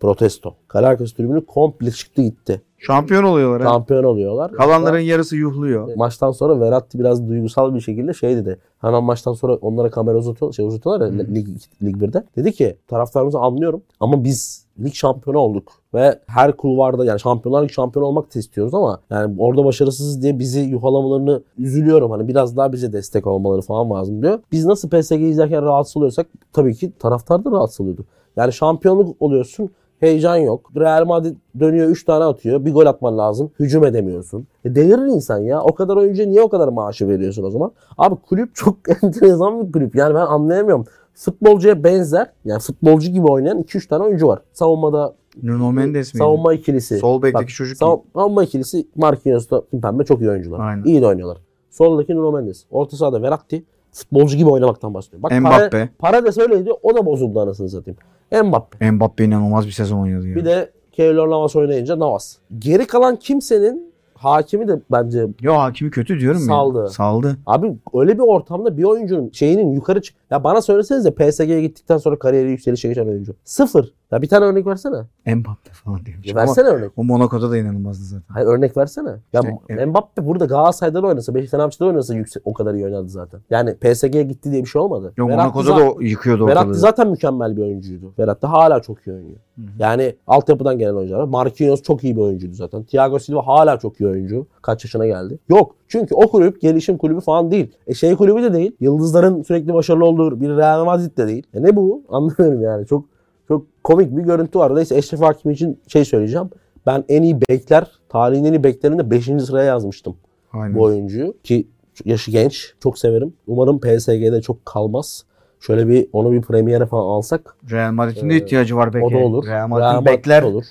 S2: Protesto. Kale arkası tribünü komple çıktı gitti.
S1: Şampiyon oluyorlar. ha.
S2: Şampiyon oluyorlar.
S1: Kalanların yarısı yuhluyor.
S2: Maçtan sonra Verratti biraz duygusal bir şekilde şey dedi. Hemen maçtan sonra onlara kamera uzatıyor, şey uzatıyorlar ya lig, lig 1'de. Dedi ki taraftarımızı anlıyorum ama biz lig şampiyonu olduk ve her kulvarda yani şampiyonlar lig şampiyonu olmak da istiyoruz ama yani orada başarısız diye bizi yuhalamalarını üzülüyorum. Hani biraz daha bize destek olmaları falan lazım diyor. Biz nasıl PSG izlerken rahatsız oluyorsak tabii ki taraftar da rahatsız oluyordu. Yani şampiyonluk oluyorsun Heyecan yok. Real Madrid dönüyor 3 tane atıyor. Bir gol atman lazım. Hücum edemiyorsun. E delirir insan ya. O kadar oyuncuya niye o kadar maaşı veriyorsun o zaman? Abi kulüp çok enteresan bir kulüp. Yani ben anlayamıyorum. Futbolcuya benzer yani futbolcu gibi oynayan 2-3 tane oyuncu var. Savunmada
S1: Nuno Mendes miydi?
S2: savunma ikilisi.
S1: Sol bekteki
S2: Bak,
S1: çocuk
S2: savun- savunma ikilisi Marquinhos'ta Kimpembe çok iyi oyuncular.
S1: Aynen.
S2: İyi de oynuyorlar. Soldaki Nuno Mendes. Orta sahada Verratti. Futbolcu gibi oynamaktan bahsediyor. Bak
S1: Mbappe.
S2: Para, para da söyledi o da bozuldu anasını satayım. Mbappe.
S1: Mbappe inanılmaz bir sezon oynadı ya.
S2: Bir de Keylor Navas oynayınca Navas. Geri kalan kimsenin hakimi de bence
S1: Yo hakimi kötü diyorum ya.
S2: Saldı.
S1: Saldı.
S2: abi öyle bir ortamda bir oyuncunun şeyinin yukarı çık. Ya bana söyleseniz de PSG'ye gittikten sonra kariyeri yükselişe geçen oyuncu. Sıfır. Ya bir tane örnek versene.
S1: Mbappe falan diyormuş. Ama
S2: versene örnek.
S1: o Monaco'da da inanılmazdı zaten.
S2: Hayır örnek versene. Ya
S1: İşte, evet.
S2: Mbappe burada Galatasaray'da da oynasa, Beşiktaş Fenerbahçe'de oynasa yüksek, o kadar iyi oynadı zaten. Yani PSG'ye gitti diye bir şey olmadı.
S1: Yo,
S2: Verratti
S1: Monaco'da
S2: zaten-
S1: da o yıkıyordu
S2: Berat da
S1: ortalığı.
S2: zaten mükemmel bir oyuncuydu. Berat da hala çok iyi oynuyor. Yani altyapıdan gelen oyuncular. var. Marquinhos çok iyi bir oyuncuydu zaten. Thiago Silva hala çok iyi oyuncu. Kaç yaşına geldi? Yok. Çünkü o kulüp gelişim kulübü falan değil. E şey kulübü de değil. Yıldızların sürekli başarılı olduğu bir Real Madrid de değil. E ne bu? Anlamıyorum yani. Çok çok komik bir görüntü var. Neyse Eşref Hakim için şey söyleyeceğim. Ben en iyi bekler, tarihin en iyi beklerinde 5. sıraya yazmıştım
S1: Aynen.
S2: bu oyuncuyu ki yaşı genç. Çok severim. Umarım PSG'de çok kalmaz. Şöyle bir onu bir premiere falan alsak
S1: Real Madrid'in de ihtiyacı var beke.
S2: Ee, o da olur.
S1: Real Madrid'in
S2: Madrid
S1: bekler
S2: olur.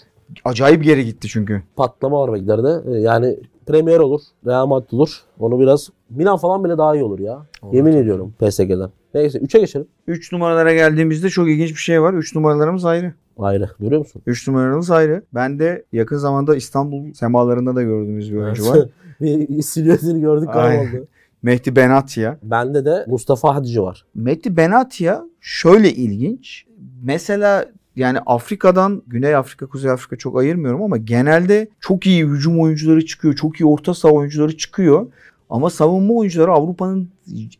S1: acayip geri gitti çünkü.
S2: Patlama var beklerde. Ee, Yani premier olur. Real Madrid olur. Onu biraz Milan falan bile daha iyi olur ya. Yemin ediyorum PSG'den. Neyse 3'e geçelim.
S1: 3 numaralara geldiğimizde çok ilginç bir şey var. 3 numaralarımız ayrı.
S2: Ayrı. Görüyor musun?
S1: 3 numaralarımız ayrı. Ben de yakın zamanda İstanbul semalarında da gördüğümüz bir oyuncu var.
S2: bir silüetini gördük
S1: Aynen.
S2: kayboldu.
S1: Mehdi Benatia.
S2: Bende de Mustafa Hadici var.
S1: Mehdi Benatia şöyle ilginç. Mesela yani Afrika'dan Güney Afrika, Kuzey Afrika çok ayırmıyorum ama genelde çok iyi hücum oyuncuları çıkıyor. Çok iyi orta saha oyuncuları çıkıyor. Ama savunma oyuncuları Avrupa'nın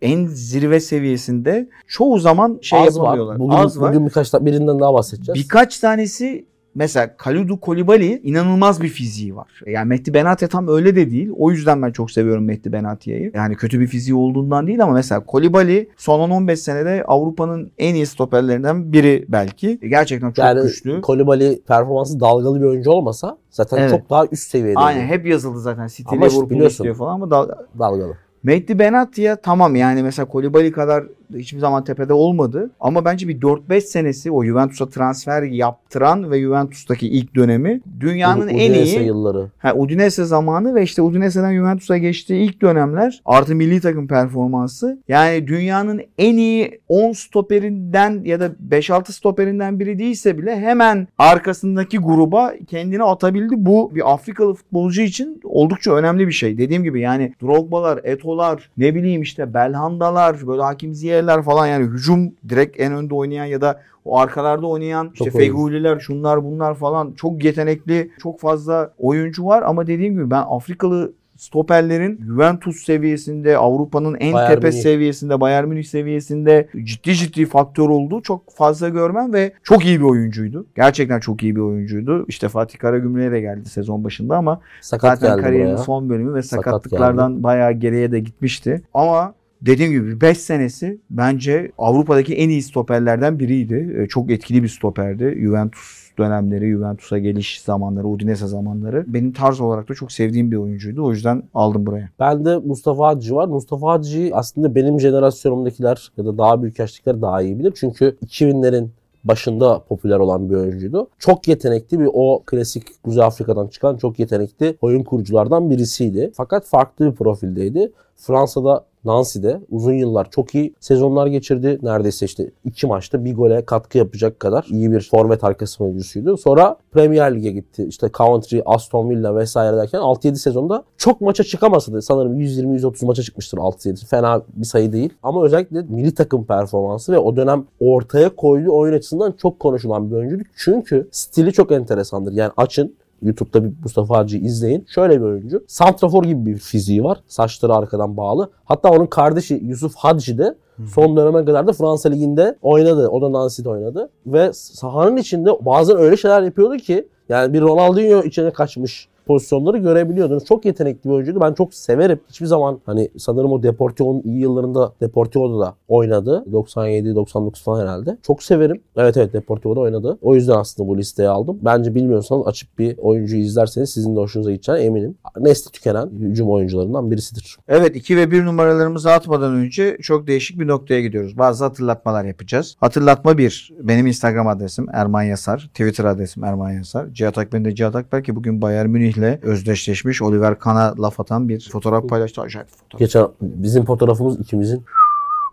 S1: en zirve seviyesinde çoğu zaman şey
S2: Az
S1: yapamıyorlar.
S2: var. Bugün,
S1: Az var.
S2: bugün birkaç ta- birinden daha bahsedeceğiz.
S1: Birkaç tanesi mesela Kalidou Kolibali inanılmaz bir fiziği var. Yani Mehdi Benatia tam öyle de değil. O yüzden ben çok seviyorum Mehdi Benatia'yı. Yani kötü bir fiziği olduğundan değil ama mesela Kolibali son 10-15 senede Avrupa'nın en iyi stoperlerinden biri belki. E, Gerçekten çok
S2: yani
S1: güçlü.
S2: Kolibali performansı dalgalı bir oyuncu olmasa zaten
S1: Evet.
S2: çok daha üst seviyede.
S1: Aynen
S2: olur.
S1: hep yazıldı zaten City
S2: Ama işte
S1: Liverpool
S2: biliyorsun.
S1: istiyor falan ama da
S2: Dalgalı.
S1: Mehdi Benatia tamam yani mesela Kolibali kadar hiçbir zaman tepede olmadı. Ama bence bir 4-5 senesi o Juventus'a transfer yaptıran ve Juventus'taki ilk dönemi dünyanın
S2: U-
S1: en
S2: Udinese
S1: iyi
S2: yılları.
S1: ha, Udinese zamanı ve işte Udinese'den Juventus'a geçtiği ilk dönemler artı milli takım performansı. Yani dünyanın en iyi 10 stoperinden ya da 5-6 stoperinden biri değilse bile hemen arkasındaki gruba kendini atabildi. Bu bir Afrikalı futbolcu için oldukça önemli bir şey. Dediğim gibi yani Drogba'lar, Eto'lar, ne bileyim işte Belhanda'lar, böyle Hakim Ziyer'ler falan yani hücum direkt en önde oynayan ya da o arkalarda oynayan işte
S2: Çok oyuncu.
S1: Feguliler şunlar bunlar falan çok yetenekli çok fazla oyuncu var ama dediğim gibi ben Afrikalı stoperlerin Juventus seviyesinde Avrupa'nın en
S2: Bayern
S1: tepe
S2: Münih.
S1: seviyesinde Bayern Münih seviyesinde ciddi ciddi faktör olduğu çok fazla görmem ve çok iyi bir oyuncuydu. Gerçekten çok iyi bir oyuncuydu. İşte Fatih Karagümrük'e de geldi sezon başında ama
S2: Sakat
S1: Zaten
S2: geldi
S1: kariyerinin
S2: buraya.
S1: son bölümü ve
S2: Sakat
S1: sakatlıklardan bayağı geriye de gitmişti. Ama dediğim gibi 5 senesi bence Avrupa'daki en iyi stoperlerden biriydi. Ee, Çok etkili bir stoperdi. Juventus dönemleri, Juventus'a geliş zamanları, Udinese zamanları. Benim tarz olarak da çok sevdiğim bir oyuncuydu. O yüzden aldım buraya.
S2: Bende Mustafa Hacı var. Mustafa Hacı aslında benim jenerasyonumdakiler ya da daha büyük yaştakiler daha iyi bilir. Çünkü 2000'lerin başında popüler olan bir oyuncuydu. Çok yetenekli bir o klasik Kuzey Afrika'dan çıkan çok yetenekli oyun kuruculardan birisiydi. Fakat farklı bir profildeydi. Fransa'da Nancy'de uzun yıllar çok iyi sezonlar geçirdi. Neredeyse işte iki maçta bir gole katkı yapacak kadar iyi bir forvet arkası oyuncusuydu. Sonra Premier Lig'e gitti. İşte Coventry, Aston Villa vesaire derken 6-7 sezonda çok maça çıkamasa da sanırım 120-130 maça çıkmıştır 6-7. Fena bir sayı değil. Ama özellikle milli takım performansı ve o dönem ortaya koyduğu oyun açısından çok konuşulan bir oyuncuydu. Çünkü stili çok enteresandır. Yani açın YouTube'da bir Mustafa Hacı'yı izleyin. Şöyle bir oyuncu. Santrafor gibi bir fiziği var. Saçları arkadan bağlı. Hatta onun kardeşi Yusuf Hacı de son döneme kadar da Fransa Ligi'nde oynadı. O da Nancy'de oynadı. Ve sahanın içinde bazen öyle şeyler yapıyordu ki yani bir Ronaldinho içine kaçmış pozisyonları görebiliyordunuz. Çok yetenekli bir oyuncuydu. Ben çok severim. Hiçbir zaman hani sanırım o Deportivo'nun iyi yıllarında Deportivo'da da oynadı. 97-99 falan herhalde. Çok severim. Evet evet Deportivo'da oynadı. O yüzden aslında bu listeye aldım. Bence bilmiyorsanız açıp bir oyuncuyu izlerseniz sizin de hoşunuza gideceğine eminim. Nesli tükenen hücum oyuncularından birisidir.
S1: Evet 2 ve 1 numaralarımızı atmadan önce çok değişik bir noktaya gidiyoruz. Bazı hatırlatmalar yapacağız. Hatırlatma 1. Benim Instagram adresim Erman Yasar. Twitter adresim Erman Yasar. Cihat Akben de Cihat Akber ki bugün Bayern Münih'le özdeşleşmiş Oliver Kahn'a laf atan bir fotoğraf paylaştı. Acayip bir fotoğraf.
S2: Geçen bizim fotoğrafımız ikimizin.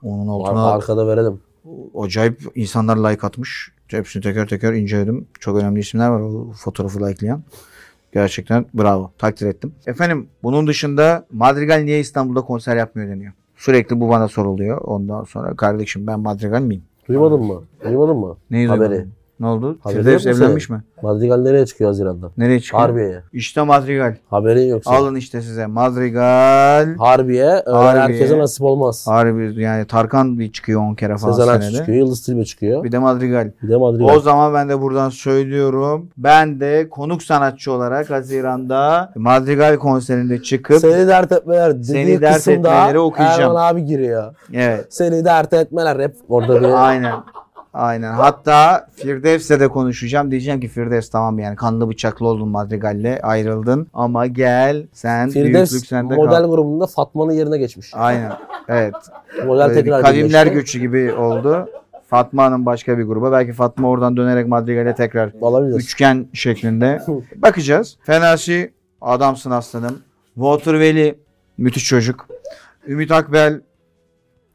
S1: Onun
S2: Ar-
S1: altına
S2: arkada verelim.
S1: acayip insanlar like atmış. Hepsini teker teker inceledim. Çok önemli isimler var o fotoğrafı likelayan. Gerçekten bravo. Takdir ettim. Efendim bunun dışında Madrigal niye İstanbul'da konser yapmıyor deniyor. Sürekli bu bana soruluyor. Ondan sonra kardeşim ben Madrigal miyim?
S2: Duymadın mı? Duymadın mı?
S1: Neyi
S2: Haberi.
S1: duymadın? Ne oldu?
S2: Haberi
S1: Firdevs
S2: yok mu
S1: evlenmiş mi?
S2: Madrigal nereye çıkıyor Haziran'da?
S1: Nereye çıkıyor?
S2: Harbiye'ye.
S1: İşte Madrigal.
S2: Haberin yoksa.
S1: Alın işte size Madrigal.
S2: Harbiye, öyle
S1: Harbiye.
S2: herkese nasip olmaz.
S1: Harbi yani Tarkan bir çıkıyor 10 kere falan
S2: Sezen Aksu
S1: senede.
S2: çıkıyor, Yıldız Tilbe çıkıyor.
S1: Bir de Madrigal.
S2: Bir de Madrid.
S1: O zaman ben de buradan söylüyorum. Ben de konuk sanatçı olarak Haziran'da Madrigal konserinde çıkıp
S2: Seni dert etmeler dediği
S1: Seni dert
S2: kısımda
S1: etmeleri okuyacağım.
S2: Erman abi giriyor.
S1: evet
S2: Seni dert etmeler hep orada bir...
S1: aynen. Aynen. Hatta Firdevs'le de konuşacağım. Diyeceğim ki Firdevs tamam yani kanlı bıçaklı oldun Madrigal'le ayrıldın ama gel sen büyüklük
S2: Firdevs
S1: sende
S2: model
S1: kal.
S2: grubunda Fatma'nın yerine geçmiş.
S1: Aynen. Evet.
S2: Model
S1: Böyle bir
S2: tekrar
S1: kavimler
S2: birleşti.
S1: göçü gibi oldu. Fatma Hanım başka bir gruba. Belki Fatma oradan dönerek Madrigal'e tekrar
S2: Olabilir.
S1: üçgen şeklinde. Bakacağız. Fenersi adamsın aslanım. Walter Veli müthiş çocuk. Ümit Akbel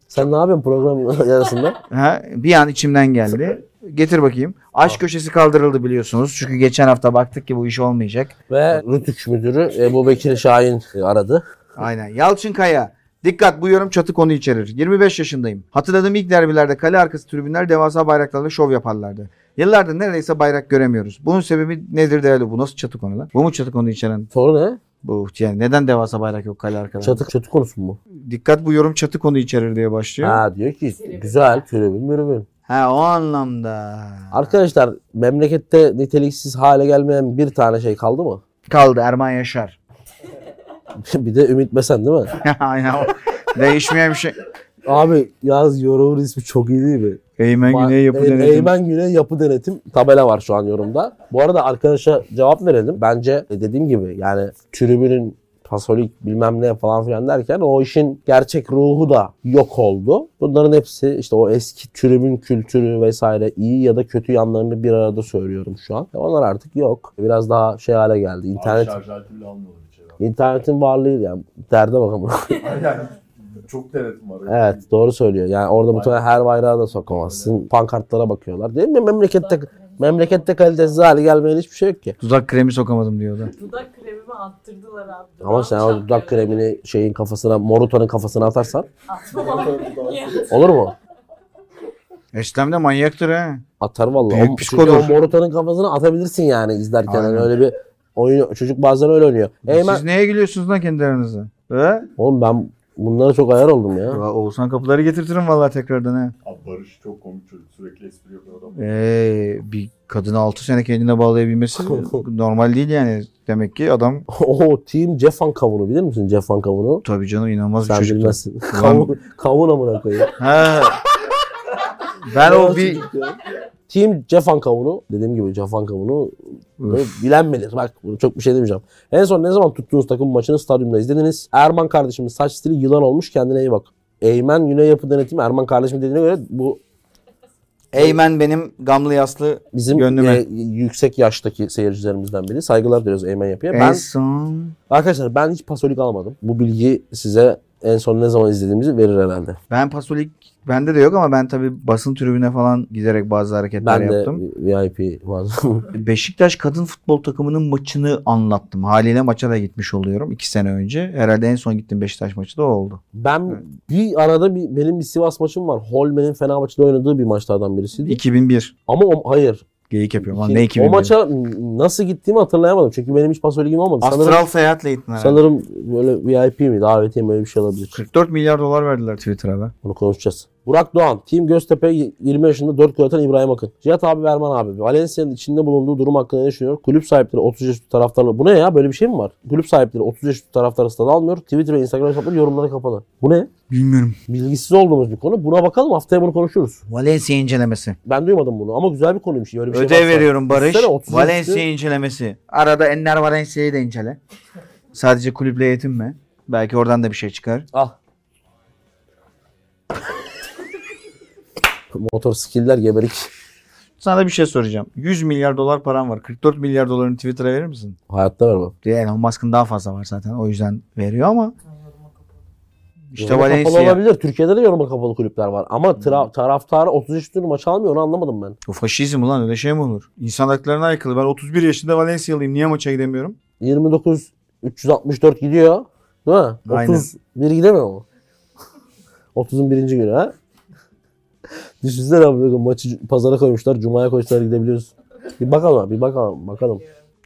S2: Sen ne yapıyorsun programın yarısında?
S1: ha, bir an içimden geldi. Getir bakayım. Aşk köşesi kaldırıldı biliyorsunuz. Çünkü geçen hafta baktık ki bu iş olmayacak.
S2: Ve Rütük müdürü Ebu Bekir Şahin e, aradı.
S1: Aynen. Yalçın Kaya. Dikkat bu yorum çatı konu içerir. 25 yaşındayım. Hatırladığım ilk derbilerde kale arkası tribünler devasa bayraklarla şov yaparlardı. Yıllardır neredeyse bayrak göremiyoruz. Bunun sebebi nedir değerli bu? Nasıl çatı konu lan? Bu mu çatı konu içeren?
S2: Soru ne?
S1: Bu yani neden devasa bayrak yok kale arkada?
S2: Çatı, çatı konusu mu?
S1: Dikkat bu yorum çatı konu içerir diye başlıyor. Ha,
S2: Ha diyor ki güzel tribün mürübün.
S1: o anlamda.
S2: Arkadaşlar memlekette niteliksiz hale gelmeyen bir tane şey kaldı mı?
S1: Kaldı Erman Yaşar.
S2: bir de Ümit Besen değil mi?
S1: Aynen. o. Değişmeyen bir şey.
S2: Abi yaz yorumun ismi çok iyi değil mi?
S1: Eymen
S2: Ma-
S1: Güney yapı
S2: E-
S1: denetim.
S2: Eymen Güney yapı denetim tabela var şu an yorumda. Bu arada arkadaşa cevap verelim. Bence e, dediğim gibi yani tribünün pasolik bilmem ne falan filan derken o işin gerçek ruhu da yok oldu. Bunların hepsi işte o eski tribün kültürü vesaire iyi ya da kötü yanlarını bir arada söylüyorum şu an. E, Onlar artık yok. Biraz daha şey hale geldi. İnternet
S3: Abi şarj aleti bile almıyorlar içeri.
S2: İnternetin varlığı yani derde bakalım.
S3: Yani çok denetim var.
S2: evet doğru söylüyor. Yani orada bu tane her bayrağı da sokamazsın. Pankartlara bakıyorlar. Değil mi? Memlekette memlekette kalitesiz hale gelmeyen hiçbir şey yok ki.
S1: Tuzak kremi sokamadım diyordu.
S4: Dudak kremimi attırdılar abi.
S2: Ama sen o dudak kremini şeyin kafasına, Moruto'nun kafasına atarsan olur mu?
S1: Eslem de manyaktır ha.
S2: Atar vallahi.
S1: Büyük
S2: O-
S1: psikolog.
S2: çünkü O Moruto'nun kafasına atabilirsin yani izlerken. Yani
S1: Aynen.
S2: öyle bir oyun çocuk bazen öyle oynuyor. Eymen
S1: Siz neye gülüyorsunuz lan kendi aranızda? He?
S2: oğlum ben bunlara çok ayar oldum ya.
S1: Ya Oğuzhan kapıları getirtirim vallahi tekrardan ha.
S3: Abi Barış çok komik çocuk. Sürekli espri yapıyor adam.
S1: Ee, bir kadını 6 sene kendine bağlayabilmesi normal değil yani. Demek ki adam
S2: o team Cefan kavunu bilir misin Cefan kavunu?
S1: tabii canım inanılmaz bir
S2: Sen
S1: çocuk.
S2: bilmezsin. Kavun, kavun amına koyayım.
S1: Ha. Ben o bir
S2: Team Cefan kavunu. Dediğim gibi Cefan kavunu böyle
S1: Öf.
S2: bilen bilir. Bak bunu çok bir şey demeyeceğim. En son ne zaman tuttuğunuz takım maçını stadyumda izlediniz? Erman kardeşimin saç stili yılan olmuş. Kendine iyi bak. Eymen Güney Yapı Denetimi Erman kardeşim dediğine göre bu
S1: Eymen benim gamlı yaslı
S2: Bizim
S1: Gönlüme.
S2: e, yüksek yaştaki seyircilerimizden biri. Saygılar diliyoruz Eymen Yapı'ya.
S1: en
S2: E Ben,
S1: son.
S2: arkadaşlar ben hiç pasolik almadım. Bu bilgi size en son ne zaman izlediğimizi verir herhalde.
S1: Ben pasolik bende de yok ama ben tabii basın tribüne falan giderek bazı hareketler
S2: Ben
S1: yaptım.
S2: de VIP var.
S1: Beşiktaş kadın futbol takımının maçını anlattım. Haliyle maça da gitmiş oluyorum iki sene önce. Herhalde en son gittiğim Beşiktaş maçı da o oldu.
S2: ben
S1: Evet.
S2: bir arada bir, benim bir Sivas maçım var. Holmen'in Fenerbahçe'de oynadığı bir maçlardan birisiydi.
S1: 2001.
S2: Ama o, hayır.
S1: Geyik yapıyorum. Lan
S2: Şimdi
S1: ne 2001?
S2: o maça nasıl gittiğimi hatırlayamadım. Çünkü benim hiç pasoligim olmadı. Sanırım,
S1: Astral seyahatle gittin herhalde.
S2: sanırım böyle VIP mi davetiye mi öyle bir şey olabilir.
S1: 44 milyar dolar verdiler Twitter'a be.
S2: Bunu konuşacağız. Burak Doğan, Team Göztepe 20 yaşında 4 gol atan İbrahim Akın. Cihat abi, Verman abi. Valencia'nın içinde bulunduğu durum hakkında ne düşünüyor? Kulüp sahipleri 30 yaş üstü taraftarları... Bu ne ya? Böyle bir şey mi var? Kulüp sahipleri 30 yaş üstü taraftarı stada almıyor. Twitter ve Instagram hesapları yorumlara kapalı. Bu ne?
S1: Bilmiyorum.
S2: Bilgisiz olduğumuz bir konu. Buna bakalım haftaya bunu konuşuruz.
S1: Valencia incelemesi.
S2: Ben duymadım bunu ama güzel bir konuymuş. Öyle bir şey
S1: Ödev
S2: varsa.
S1: veriyorum Barış.
S2: Düşünsene, 30 yaş
S1: Valencia
S2: üstü-
S1: incelemesi. Arada Enner Valencia'yı da incele. Sadece kulüple yetinme. Belki oradan da bir şey çıkar.
S2: Al. Motor skiller geberik.
S1: Sana bir şey soracağım. 100 milyar dolar param var. 44 milyar dolarını Twitter'a verir misin?
S2: Hayatta vermem.
S1: Diye Elon Musk'ın daha fazla var zaten. O yüzden veriyor ama işte
S2: Yoruma Kapalı
S1: Valencia.
S2: olabilir. Türkiye'de de yoruma kapalı kulüpler var. Ama tra- taraftarı 33 türlü maç almıyor onu anlamadım ben.
S1: O faşizm ulan öyle şey mi olur? İnsan haklarına aykırı. Ben 31 yaşında Valencialıyım. Niye maça gidemiyorum?
S2: 29 364 gidiyor. Değil mi?
S1: Aynen.
S2: 31 gidemiyor mu? 30'un birinci günü ha? Düşünsene abi böyle maçı pazara koymuşlar, cumaya koymuşlar gidebiliyoruz. Bir bakalım abi, bir bakalım, bakalım.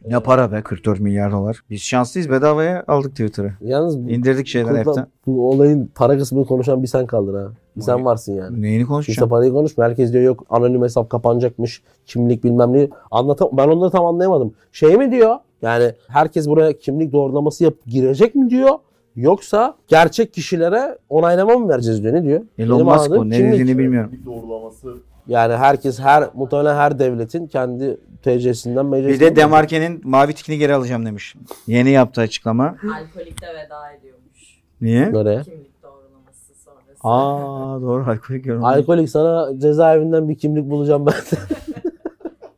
S1: Ne para be 44 milyar dolar. Biz şanslıyız bedavaya aldık Twitter'ı.
S2: Yalnız bu,
S1: İndirdik şeyden
S2: kulüpler-
S1: hepten.
S2: bu olayın para kısmını konuşan bir sen kaldın ha. Bir sen varsın yani.
S1: Neyini
S2: Kimse
S1: konuşacağım?
S2: parayı konuşmuyor. Herkes diyor yok anonim hesap kapanacakmış. Kimlik bilmem ne. Anlatam ben onları tam anlayamadım. Şey mi diyor? Yani herkes buraya kimlik doğrulaması yap girecek mi diyor? Yoksa gerçek kişilere onaylama mı vereceğiz diyor? Ne diyor?
S1: Elon
S2: Benim
S1: Musk
S2: anladığım
S1: bu. Ne
S2: kimlik.
S1: dediğini bilmiyorum.
S3: Bir doğrulaması
S2: Yani herkes her muhtemelen her devletin kendi TC'sinden
S1: Bir
S2: meclisinden.
S1: de Demarke'nin mavi tikini geri alacağım demiş. Yeni yaptı açıklama.
S4: Alkolikte veda ediyormuş.
S1: Niye?
S2: Nereye?
S4: Kimlik doğrulaması sonrası.
S1: Aa doğru alkolik yorum.
S2: Alkolik sana cezaevinden bir kimlik bulacağım ben.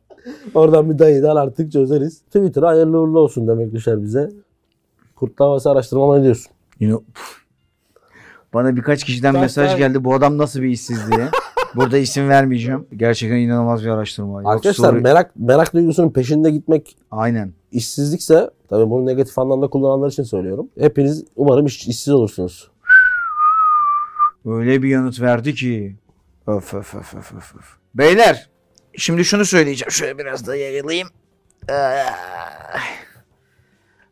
S2: Oradan bir dayıdan artık çözeriz. Twitter'a hayırlı uğurlu olsun demek düşer bize. Kurt davası araştırmama ne diyorsun?
S1: Yine- Puf. Bana birkaç kişiden
S2: Ben-
S1: mesaj
S2: ben-
S1: geldi. Bu adam nasıl bir işsiz diye. Burada isim vermeyeceğim. Gerçekten inanılmaz bir araştırma. Yok,
S2: Arkadaşlar
S1: soru-
S2: merak merak duygusunun peşinde gitmek
S1: Aynen.
S2: işsizlikse tabii bunu negatif anlamda kullananlar için söylüyorum. Hepiniz umarım iş- işsiz olursunuz.
S1: Öyle bir yanıt verdi ki. Öf öf öf öf öf. öf. Beyler şimdi şunu söyleyeceğim. Şöyle biraz da yayılayım. Ee,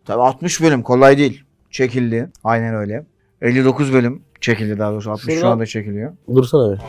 S1: Tabii 60 bölüm kolay değil. Çekildi. Aynen öyle. 59 bölüm çekildi daha doğrusu. 60 şu
S2: Şuradan-
S1: anda çekiliyor.
S2: Dursana bir.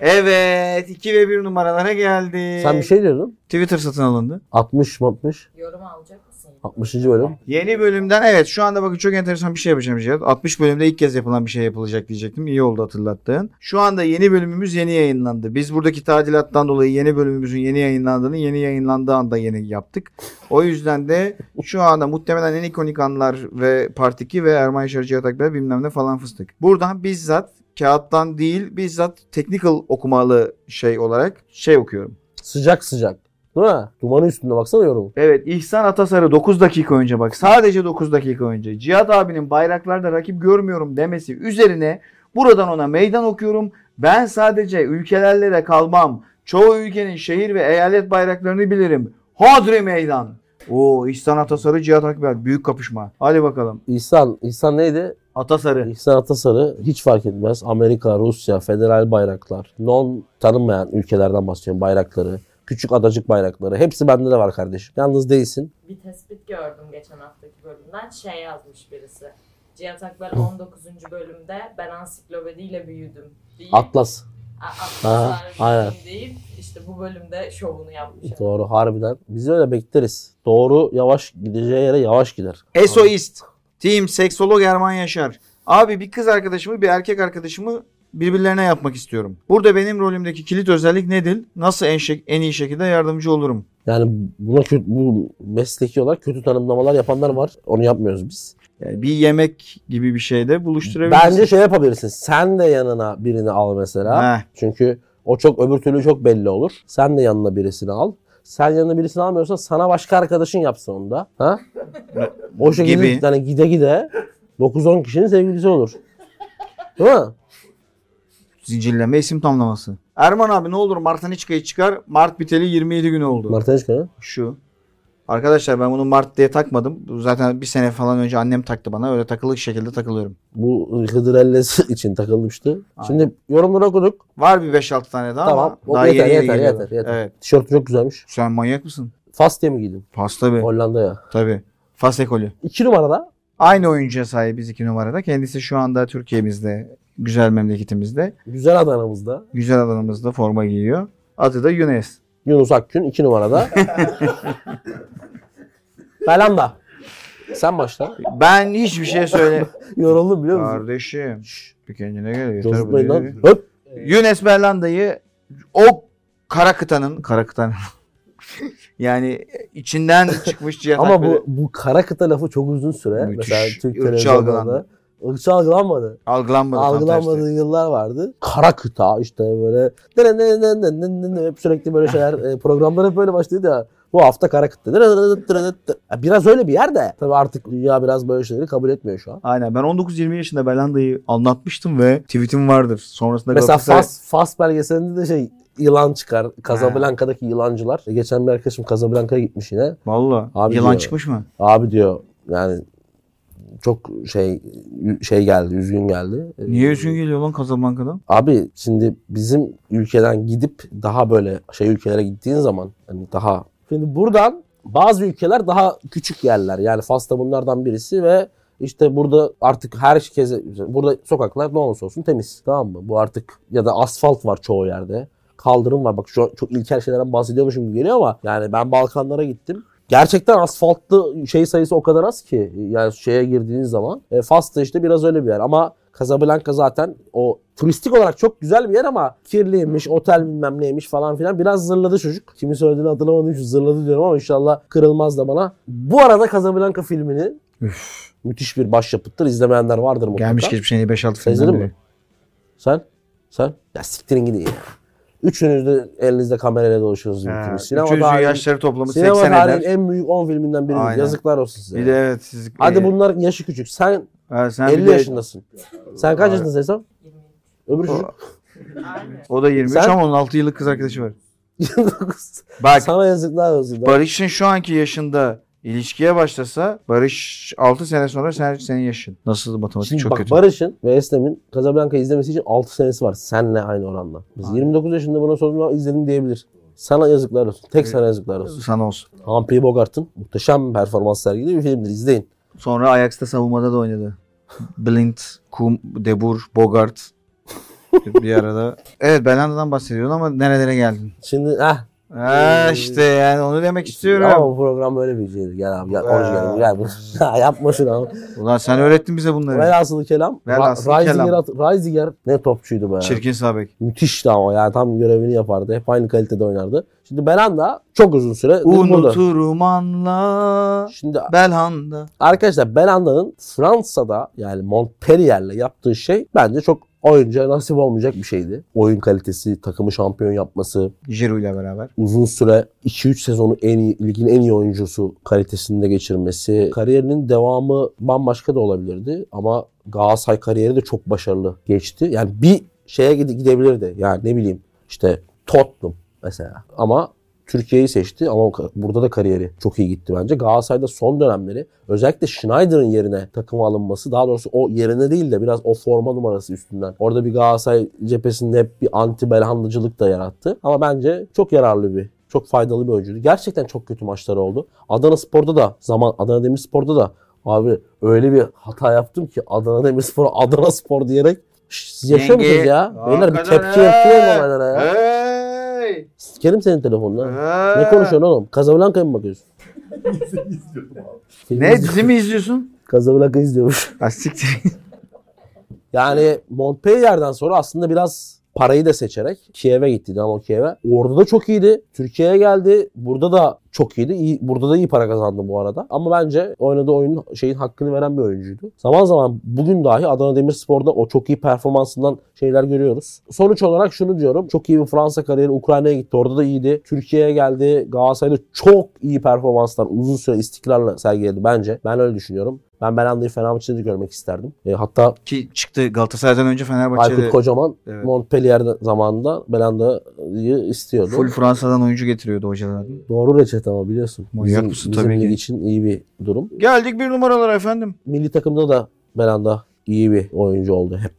S1: Evet 2 ve 1 numaralara geldi.
S2: Sen bir şey diyordun.
S1: Twitter satın alındı.
S2: 60 mı 60?
S4: Yorum alacak mısın?
S2: 60. bölüm.
S1: Yeni bölümden evet şu anda bakın çok enteresan bir şey yapacağım Cihat. 60 bölümde ilk kez yapılan bir şey yapılacak diyecektim. İyi oldu hatırlattığın. Şu anda yeni bölümümüz yeni yayınlandı. Biz buradaki tadilattan dolayı yeni bölümümüzün yeni yayınlandığını yeni yayınlandığı anda yeni yaptık. O yüzden de şu anda muhtemelen en ikonik anlar ve Part 2 ve Erman Yaşar Cihat Akber bilmem ne falan fıstık. Buradan bizzat kağıttan değil bizzat technical okumalı şey olarak şey okuyorum.
S2: Sıcak sıcak. Değil mi? Dumanı üstünde baksana yorumu.
S1: Evet İhsan Atasarı 9 dakika önce bak sadece 9 dakika önce Cihat abinin bayraklarda rakip görmüyorum demesi üzerine buradan ona meydan okuyorum. Ben sadece ülkelerle de kalmam. Çoğu ülkenin şehir ve eyalet bayraklarını bilirim. Hodri meydan. Oo İhsan Atasarı Cihat Akber büyük kapışma. Hadi bakalım.
S2: İhsan, İhsan neydi?
S1: Atasarı.
S2: İhsan Atasarı hiç fark etmez. Amerika, Rusya, federal bayraklar, non tanınmayan ülkelerden bahsediyorum bayrakları. Küçük adacık bayrakları. Hepsi bende de var kardeşim. Yalnız değilsin.
S4: Bir tespit gördüm geçen haftaki bölümden. Şey yazmış birisi. Cihat Akbar 19. bölümde ben ansiklopediyle büyüdüm deyip
S2: Atlas. Ha, aynen.
S4: aynen. deyip işte bu bölümde şovunu yapmış.
S2: Doğru harbiden. Biz öyle bekleriz. Doğru yavaş gideceği yere yavaş gider.
S1: SOist. Team seksolog Erman Yaşar. Abi bir kız arkadaşımı bir erkek arkadaşımı birbirlerine yapmak istiyorum. Burada benim rolümdeki kilit özellik nedir? Nasıl en, şek- en iyi şekilde yardımcı olurum?
S2: Yani buna kötü, bu mesleki olarak kötü tanımlamalar yapanlar var. Onu yapmıyoruz biz.
S1: Yani bir şey yemek gibi bir şeyde buluşturabilirsin.
S2: Bence şey yapabilirsin. Sen de yanına birini al mesela.
S1: Heh.
S2: Çünkü O çok öbür türlü çok belli olur. Sen de yanına birisini al. Sen yanına birisini almıyorsan sana başka arkadaşın yapsın onu da. Ha? O şekilde
S1: Gibi.
S2: yani gide gide 9-10 kişinin sevgilisi olur. Değil mi?
S1: Zincirleme isim tamlaması. Erman abi ne olur Mart'tan hiç kayıt çıkar. Mart biteli 27 gün oldu.
S2: Martiniçka ne?
S1: Şu. Arkadaşlar ben bunu Mart diye takmadım. Bu Zaten bir sene falan önce annem taktı bana. Öyle takılı şekilde takılıyorum.
S2: Bu Hıdrellez için takılmıştı.
S1: Aynen.
S2: Şimdi yorumları okuduk.
S1: Var bir 5-6 tane daha
S2: Tamam.
S1: ama daha
S2: yeter,
S1: yeni yeni
S2: yeter,
S1: geliyorlar.
S2: yeter, yeter.
S1: Evet.
S2: Tişört çok güzelmiş.
S1: Sen manyak mısın?
S2: Fas diye mi giydin?
S1: Fas tabii.
S2: Hollanda'ya.
S1: Tabii. Fas ekolü.
S2: 2 numarada
S1: Aynı oyuncuya sahibiz iki numarada. Kendisi şu anda Türkiye'mizde, güzel memleketimizde,
S2: güzel Adana'mızda
S1: güzel alanımızda forma giyiyor. Adı da Yunus.
S2: Yunus Akgün 2 numarada. Belanda. Sen başla.
S1: Ben hiçbir şey söyle.
S2: Yoruldum biliyor musun?
S1: Kardeşim. şş, Bir kendine gel. Yeter bu
S2: Coşmayın
S1: diyor.
S2: lan. Öp.
S1: Yunus Berlanda'yı o kara kıtanın, kara kıtanın yani içinden çıkmış cihat
S2: Ama
S1: Akbeli-
S2: bu, bu kara kıta lafı çok uzun süre.
S1: Müthiş.
S2: Mesela Türk
S1: Irkçı
S2: televizyonlarında.
S1: algılandı.
S2: Irkçı algılanmadı.
S1: algılanmadı. tam tersi.
S2: Algılanmadığı yıllar vardı. Kara kıta işte böyle. dene dene dene dene dene dene Hep sürekli böyle şeyler. e, programlar hep böyle başlıyordu ya. Bu hafta kara kıta. Dene dene dene dene dene. Ya Biraz öyle bir yer de. Tabii artık dünya biraz böyle şeyleri kabul etmiyor şu an.
S1: Aynen ben 19-20 yaşında Berlanda'yı anlatmıştım ve tweetim vardır. Sonrasında
S2: Mesela
S1: Galatasaray-
S2: Fas, Fas belgeselinde de şey yılan çıkar. Casablanca'daki yılancılar. E, Geçen bir arkadaşım Casablanca'ya gitmiş yine.
S1: Valla
S2: Abi
S1: yılan
S2: diyor.
S1: çıkmış mı?
S2: Abi diyor yani çok şey şey geldi, üzgün geldi. E,
S1: Niye üzgün geliyor lan Casablanca'dan?
S2: Abi şimdi bizim ülkeden gidip daha böyle şey ülkelere gittiğin zaman hani daha şimdi buradan bazı ülkeler daha küçük yerler. Yani Fas da bunlardan birisi ve işte burada artık herkese burada sokaklar ne olursa olsun temiz tamam mı? Bu artık ya da asfalt var çoğu yerde. Kaldırım var. Bak şu an çok ilkel şeylerden bahsediyormuşum gibi geliyor ama yani ben Balkanlara gittim. Gerçekten asfaltlı şey sayısı o kadar az ki yani şeye girdiğiniz zaman. E, Fas da işte biraz öyle bir yer ama Casablanca zaten o turistik olarak çok güzel bir yer ama kirliymiş, otel bilmem neymiş falan filan. Biraz zırladı çocuk. Kimi söylediğini hatırlamadım şu zırladı diyorum ama inşallah kırılmaz da bana. Bu arada Casablanca filmini müthiş bir başyapıttır. İzlemeyenler vardır mutlaka.
S1: Gelmiş geçmiş en iyi 5-6
S2: Sen
S1: filmden
S2: izledin
S1: biri.
S2: mi? Sen? Sen? Ya siktirin gidin ya. Üçünüz de elinizde kamerayla dolaşıyorsunuz.
S1: Ha,
S2: Ha,
S1: Üçüncü yaşları toplamı 80
S2: Sinema
S1: eder.
S2: tarihinin en büyük 10 filminden biri.
S1: Aynen.
S2: Yazıklar olsun size.
S1: Bir de evet siz...
S2: Hadi
S1: e,
S2: bunların yaşı küçük. Sen
S1: ha, sen
S2: 50
S1: bir de-
S2: yaşındasın. Sen kaç yaşındasın Esam?
S4: 23.
S2: Öbür
S1: O-
S2: çocuk
S4: Aynen.
S1: O da 23
S2: Sen-
S1: ama onun 6 yıllık kız arkadaşı var.
S2: 29.
S1: Bak
S2: Sana yazıklar olsun. lan.
S1: Barış'ın şu anki yaşında ilişkiye başlasa Barış 6 sene sonra sen, senin yaşın. Nasıl matematik
S2: Şimdi
S1: çok
S2: bak
S1: kötü.
S2: Barış'ın ve Eslem'in Casablanca izlemesi için 6 senesi var. Senle aynı oranla. Biz 29 yaşında buna sorduğumda izledim diyebilir. Sana yazıklar olsun. Tek sana yazıklar olsun.
S1: Sana olsun.
S2: Humphrey Bogart'ın muhteşem performans sergilediği bir filmdir. İzleyin.
S1: Sonra Ajax'ta savunmada da oynadı. Blind, Kum, Debur, Bogart bir arada. Evet Belanda'dan bahsediyordun ama nerelere geldin?
S2: Şimdi ah
S1: Ha işte yani onu demek istiyorum.
S2: Ama bu program böyle bir şeydir. Gel abi gel.
S1: Ee.
S2: Oruç gel. Gel. bu- Yapma şunu abi.
S1: Ulan
S2: Ee,
S1: sen öğrettin bize bunları.
S2: Velhasılı kelam.
S1: Velhasılı
S2: Ra-
S1: kelam.
S2: Reisinger at- Reisinger ne topçuydu be.
S1: Çirkin Sabek.
S2: Müthişti ama yani tam görevini yapardı. Hep aynı kalitede oynardı. Şimdi Belanda çok uzun süre burada.
S1: Unuturum anla
S2: Şimdi
S1: Belhanda.
S2: arkadaşlar Belanda'nın Fransa'da yani Montpellier'le yaptığı şey bence çok oyuncuya nasip olmayacak bir şeydi. Oyun kalitesi, takımı şampiyon yapması,
S1: Jiro ile beraber.
S2: uzun süre 2-3 sezonu en iyi, ligin en iyi oyuncusu kalitesinde geçirmesi. Kariyerinin devamı bambaşka da olabilirdi ama Galatasaray kariyeri de çok başarılı geçti. Yani bir şeye gide- gidebilirdi. Yani ne bileyim işte Tottenham mesela. Ama Türkiye'yi seçti ama ka- burada da kariyeri çok iyi gitti bence. Galatasaray'da son dönemleri özellikle Schneider'ın yerine takıma alınması daha doğrusu o yerine değil de biraz o forma numarası üstünden. Orada bir Galatasaray cephesinde hep bir anti belhandacılık da yarattı. Ama bence çok yararlı bir çok faydalı bir oyuncuydu. Gerçekten çok kötü maçları oldu. Adana Spor'da da zaman Adana Demirspor'da da abi öyle bir hata yaptım ki Adana Demirspor Adana Spor diyerek "Şş, siz yaşıyor
S1: Yenge-
S2: musunuz ya? Beyler bir
S1: Hakikaten
S2: tepki
S1: he.
S2: yapıyor olaylara ya.
S1: Hey!
S2: Sikerim senin telefonuna.
S1: He.
S2: Ne konuşuyorsun oğlum? Casablanca'ya mı bakıyorsun?
S3: İzliyordum abi.
S2: Filmi
S1: Ne
S2: izliyor-
S1: dizi mi izliyorsun?
S2: Casablanca izliyormuş.
S1: Ha siktir.
S2: Yani Montpellier'den sonra aslında biraz parayı da seçerek Kiev'e gitti. Dinamo Kiev'e. Orada da çok iyiydi. Türkiye'ye geldi. Burada da çok iyiydi. İyi, burada da iyi para kazandı bu arada. Ama bence oynadığı oyunun şeyin hakkını veren bir oyuncuydu. Zaman zaman bugün dahi Adana Demirspor'da o çok iyi performansından şeyler görüyoruz. Sonuç olarak şunu diyorum. Çok iyi bir Fransa kariyeri Ukrayna'ya gitti. Orada da iyiydi. Türkiye'ye geldi. Galatasaray'da çok iyi performanslar uzun süre istikrarla sergiledi bence. Ben öyle düşünüyorum. Ben Belanda'yı Fenerbahçe'de de görmek isterdim. E, hatta
S1: Ki çıktı Galatasaray'dan önce Fenerbahçe'de
S2: Aykut Kocaman
S1: Evet.
S2: Montpellier zamanında Belanda'yı istiyordu.
S1: full Fransa'dan oyuncu getiriyordu hocalardan.
S2: Doğru reçete ama biliyorsun.
S1: Manyak
S2: Bizim,
S1: mısın?
S2: bizim
S1: Tabii
S2: lig
S1: ki.
S2: için iyi bir durum.
S1: Geldik bir numaralara efendim.
S2: Milli takımda da Belanda iyi bir oyuncu oldu hep.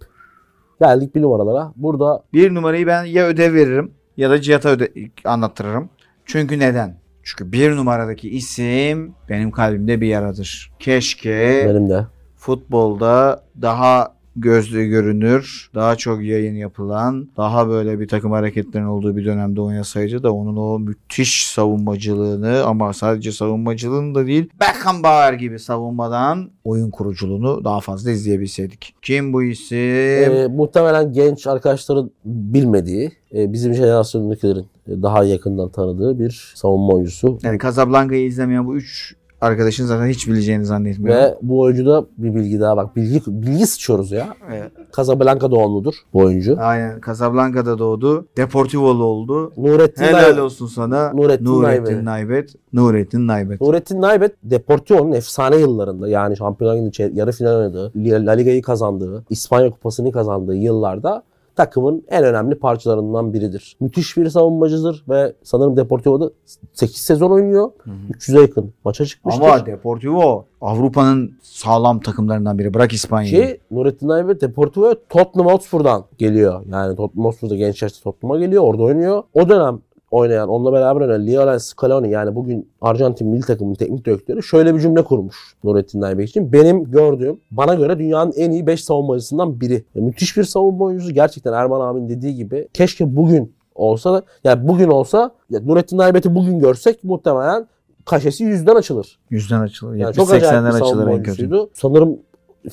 S2: Geldik bir numaralara. Burada
S1: Bir numarayı ben ya ödev veririm ya da Cihat'a öde- anlattırırım. Çünkü neden? Çünkü bir numaradaki isim benim kalbimde bir yaradır. Keşke
S2: benim de
S1: futbolda daha gözlü görünür, daha çok yayın yapılan, daha böyle bir takım hareketlerin olduğu bir dönemde oynasaydı da onun o müthiş savunmacılığını ama sadece savunmacılığını da değil Beckenbauer gibi savunmadan oyun kuruculuğunu daha fazla izleyebilseydik. Kim bu isim?
S2: e, muhtemelen genç arkadaşların bilmediği, e, bizim jenerasyonundakilerin e, daha yakından tanıdığı bir savunma oyuncusu.
S1: Yani Casablanca'yı izlemeyen bu üç arkadaşın zaten hiç bileceğini zannetmiyorum.
S2: Ve bu oyuncuda bir bilgi daha bak. Bilgi, bilgi sıçıyoruz ya.
S1: Evet.
S2: Casablanca doğumludur bu oyuncu.
S1: Aynen Casablanca'da doğdu. Deportivo'lu oldu.
S2: Nurettin
S1: Helal
S2: Ay-
S1: olsun sana.
S2: Nurettin
S1: Nurettin Naybet. Nurettin Naybet.
S2: Nurettin Naybet Deportivo'nun efsane yıllarında yani Şampiyonlar Ligi'nde çey- yarı final oynadığı, La La Liga'yı kazandığı, İspanya Kupası'nı kazandığı yıllarda takımın en önemli parçalarından biridir. Müthiş bir savunmacıdır ve sanırım Deportivo'da 8 sezon oynuyor. 300'e yakın maça çıkmıştır.
S1: Ama Deportivo Avrupa'nın sağlam takımlarından biri. Bırak İspanya'yı.
S2: ki Nurettin Aybet Deportivo'ya Tottenham Hotspur'dan geliyor. Yani Tottenham Hotspur'da genç yaşta Tottenham'a geliyor. Orada oynuyor. O dönem oynayan, onunla beraber oynayan Lionel Scaloni yani bugün Arjantin milli takımının teknik direktörü şöyle bir cümle kurmuş Nurettin Aybet için. Benim gördüğüm, bana göre dünyanın en iyi 5 savunmacısından biri. Ya müthiş bir savunma oyuncusu. Gerçekten Erman abinin dediği gibi keşke bugün olsa da, yani bugün olsa ya Nurettin Aybet'i bugün görsek muhtemelen kaşesi yüzden açılır.
S1: Yüzden açılır.
S2: Yani
S1: 70
S2: çok acayip
S1: 80'den
S2: bir
S1: açılır
S2: savunma
S1: en kötü.
S2: oyuncusuydu. Sanırım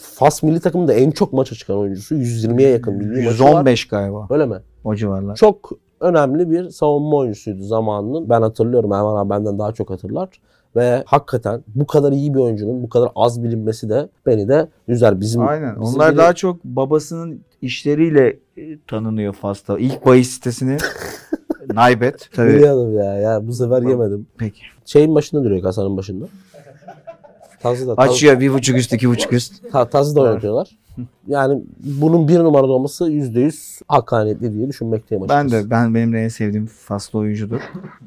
S2: Fas milli takımında en çok maça çıkan oyuncusu. 120'ye yakın milli maçı var.
S1: 115 galiba.
S2: Öyle mi?
S1: O civarlar.
S2: Çok önemli bir savunma oyuncusuydu zamanının. Ben hatırlıyorum Erman abi benden daha çok hatırlar. Ve hakikaten bu kadar iyi bir oyuncunun bu kadar az bilinmesi de beni de üzer. Bizim,
S1: Aynen.
S2: bizim
S1: Onlar
S2: biri-
S1: daha çok babasının işleriyle e, tanınıyor Fas'ta. İlk bahis sitesini Naybet. Tabii.
S2: Biliyordum ya. ya. Bu sefer yemedim.
S1: Peki.
S2: Şeyin başında duruyor kasanın başında. Tazı da, tazı,
S1: Açıyor bir buçuk üst iki buçuk üst.
S2: ta, tazı da oynatıyorlar. Yani bunun bir numarada olması %100 hakkaniyetli diye düşünmekteyim açıkçası.
S1: Ben de ben benim de en sevdiğim Faslı oyuncudur.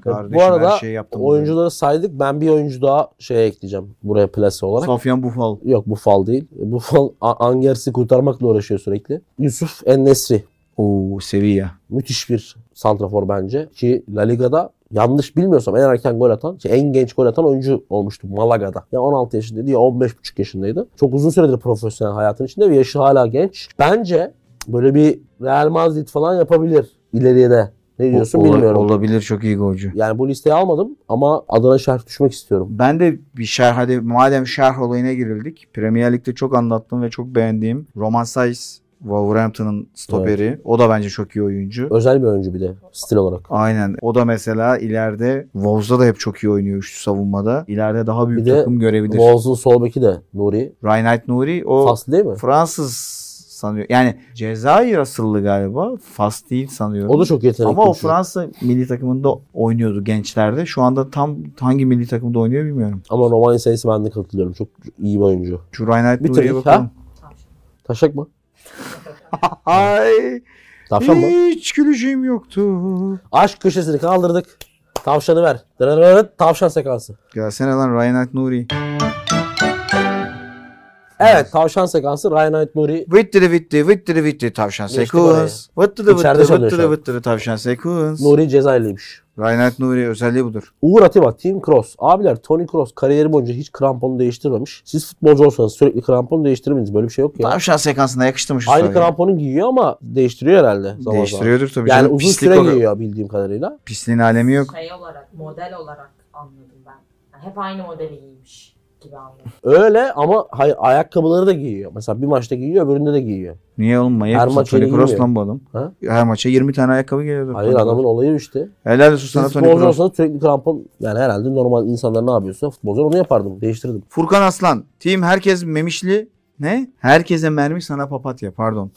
S1: Kardeşim
S2: bu arada
S1: her şeyi yaptım.
S2: oyuncuları saydık. Ben bir oyuncu daha şey ekleyeceğim buraya plase olarak.
S1: Sofyan Bufal.
S2: Yok bu fal değil. Bu fal A- Angers'i kurtarmakla uğraşıyor sürekli. Yusuf Ennesri.
S1: Oo Sevilla.
S2: Müthiş bir santrafor bence. Ki La Liga'da yanlış bilmiyorsam en erken gol atan, şey, en genç gol atan oyuncu olmuştu Malaga'da. Ya 16 yaşındaydı ya 15,5 yaşındaydı. Çok uzun süredir profesyonel hayatın içinde ve yaşı hala genç. Bence böyle bir Real Madrid falan yapabilir ileriye de. Ne diyorsun
S1: Ola-
S2: bilmiyorum.
S1: Olabilir çok iyi golcü.
S2: Yani bu listeye almadım ama Adana şerh düşmek istiyorum.
S1: Ben de bir şerh hadi madem şerh olayına girildik. Premier Lig'de çok anlattığım ve çok beğendiğim Roman Saiz Wolverhampton'ın stoperi. O da bence çok iyi oyuncu.
S2: Özel bir oyuncu bir de stil olarak.
S1: Aynen. O da mesela ileride Wolves'da da hep çok iyi oynuyor üçlü savunmada. İleride daha büyük
S2: Bir de
S1: takım görebilir.
S2: Wolves'un sol beki de Nuri.
S1: Reinhard Nuri o
S2: Faslı değil mi?
S1: Fransız sanıyor. Yani Cezayir asıllı galiba. Fas değil sanıyorum.
S2: O da çok yetenekli.
S1: Ama o
S2: bir şey.
S1: Fransa milli takımında oynuyordu gençlerde. Şu anda tam hangi milli takımda oynuyor bilmiyorum.
S2: Ama Romanya sayısı ben de katılıyorum. Çok iyi bir oyuncu.
S1: Şu Reinhard
S2: Bitirdik
S1: Nuri'ye
S2: ha.
S1: bakalım.
S4: Tavşan.
S2: Taşak mı?
S1: Ay.
S2: Tavşan mı?
S1: Hiç güleceğim yoktu.
S2: Aşk köşesini kaldırdık. Tavşanı ver. Dırırırır, Tavşan sekansı.
S1: Gelsene lan Reinhard Nuri.
S2: Evet tavşan sekansı Reinhard Nuri.
S1: Vittiri vitti vittiri vitti tavşan
S2: Geçtik
S1: sekans. Vittiri
S2: İçeride
S1: vittiri
S2: çalıyor şu
S1: vittiri
S2: an.
S1: vittiri tavşan sekans.
S2: Nuri Cezayirliymiş.
S1: Reinhard Nuri özelliği budur.
S2: Uğur Atiba, Tim Kroos. Abiler Tony Kroos kariyeri boyunca hiç kramponu değiştirmemiş. Siz futbolcu olsanız sürekli kramponu değiştirmeyiniz. Böyle bir şey yok ya.
S1: Tavşan sekansına yakıştırmış.
S2: Aynı
S1: ustayı.
S2: kramponu giyiyor ama değiştiriyor herhalde. Zaman zaman.
S1: Değiştiriyordur tabii.
S2: Yani
S1: canım.
S2: uzun
S1: Pislik
S2: süre
S1: o-
S2: giyiyor bildiğim kadarıyla.
S1: Pisliğin alemi yok.
S4: Şey olarak, model olarak anladım ben. Yani hep aynı modeli giymiş. gibi anladım.
S2: Öyle ama hay- ayakkabıları da giyiyor. Mesela bir maçta giyiyor öbüründe de giyiyor.
S1: Niye oğlum manyak
S2: Her
S1: mısın?
S2: maça
S1: Toni
S2: yeni
S1: Kroos
S2: girmiyor.
S1: lan bu adam.
S2: Ha?
S1: Her maça 20 tane ayakkabı geliyordu.
S2: Hayır adamın olayı işte.
S1: Helal olsun
S2: Siz
S1: sana Toni
S2: futbolcu
S1: Kroos.
S2: olsanız sürekli krampon yani herhalde normal insanlar ne yapıyorsa futbolcular onu yapardım. Değiştirdim.
S1: Furkan Aslan. Team herkes memişli. Ne? Herkese mermi sana papatya. Pardon.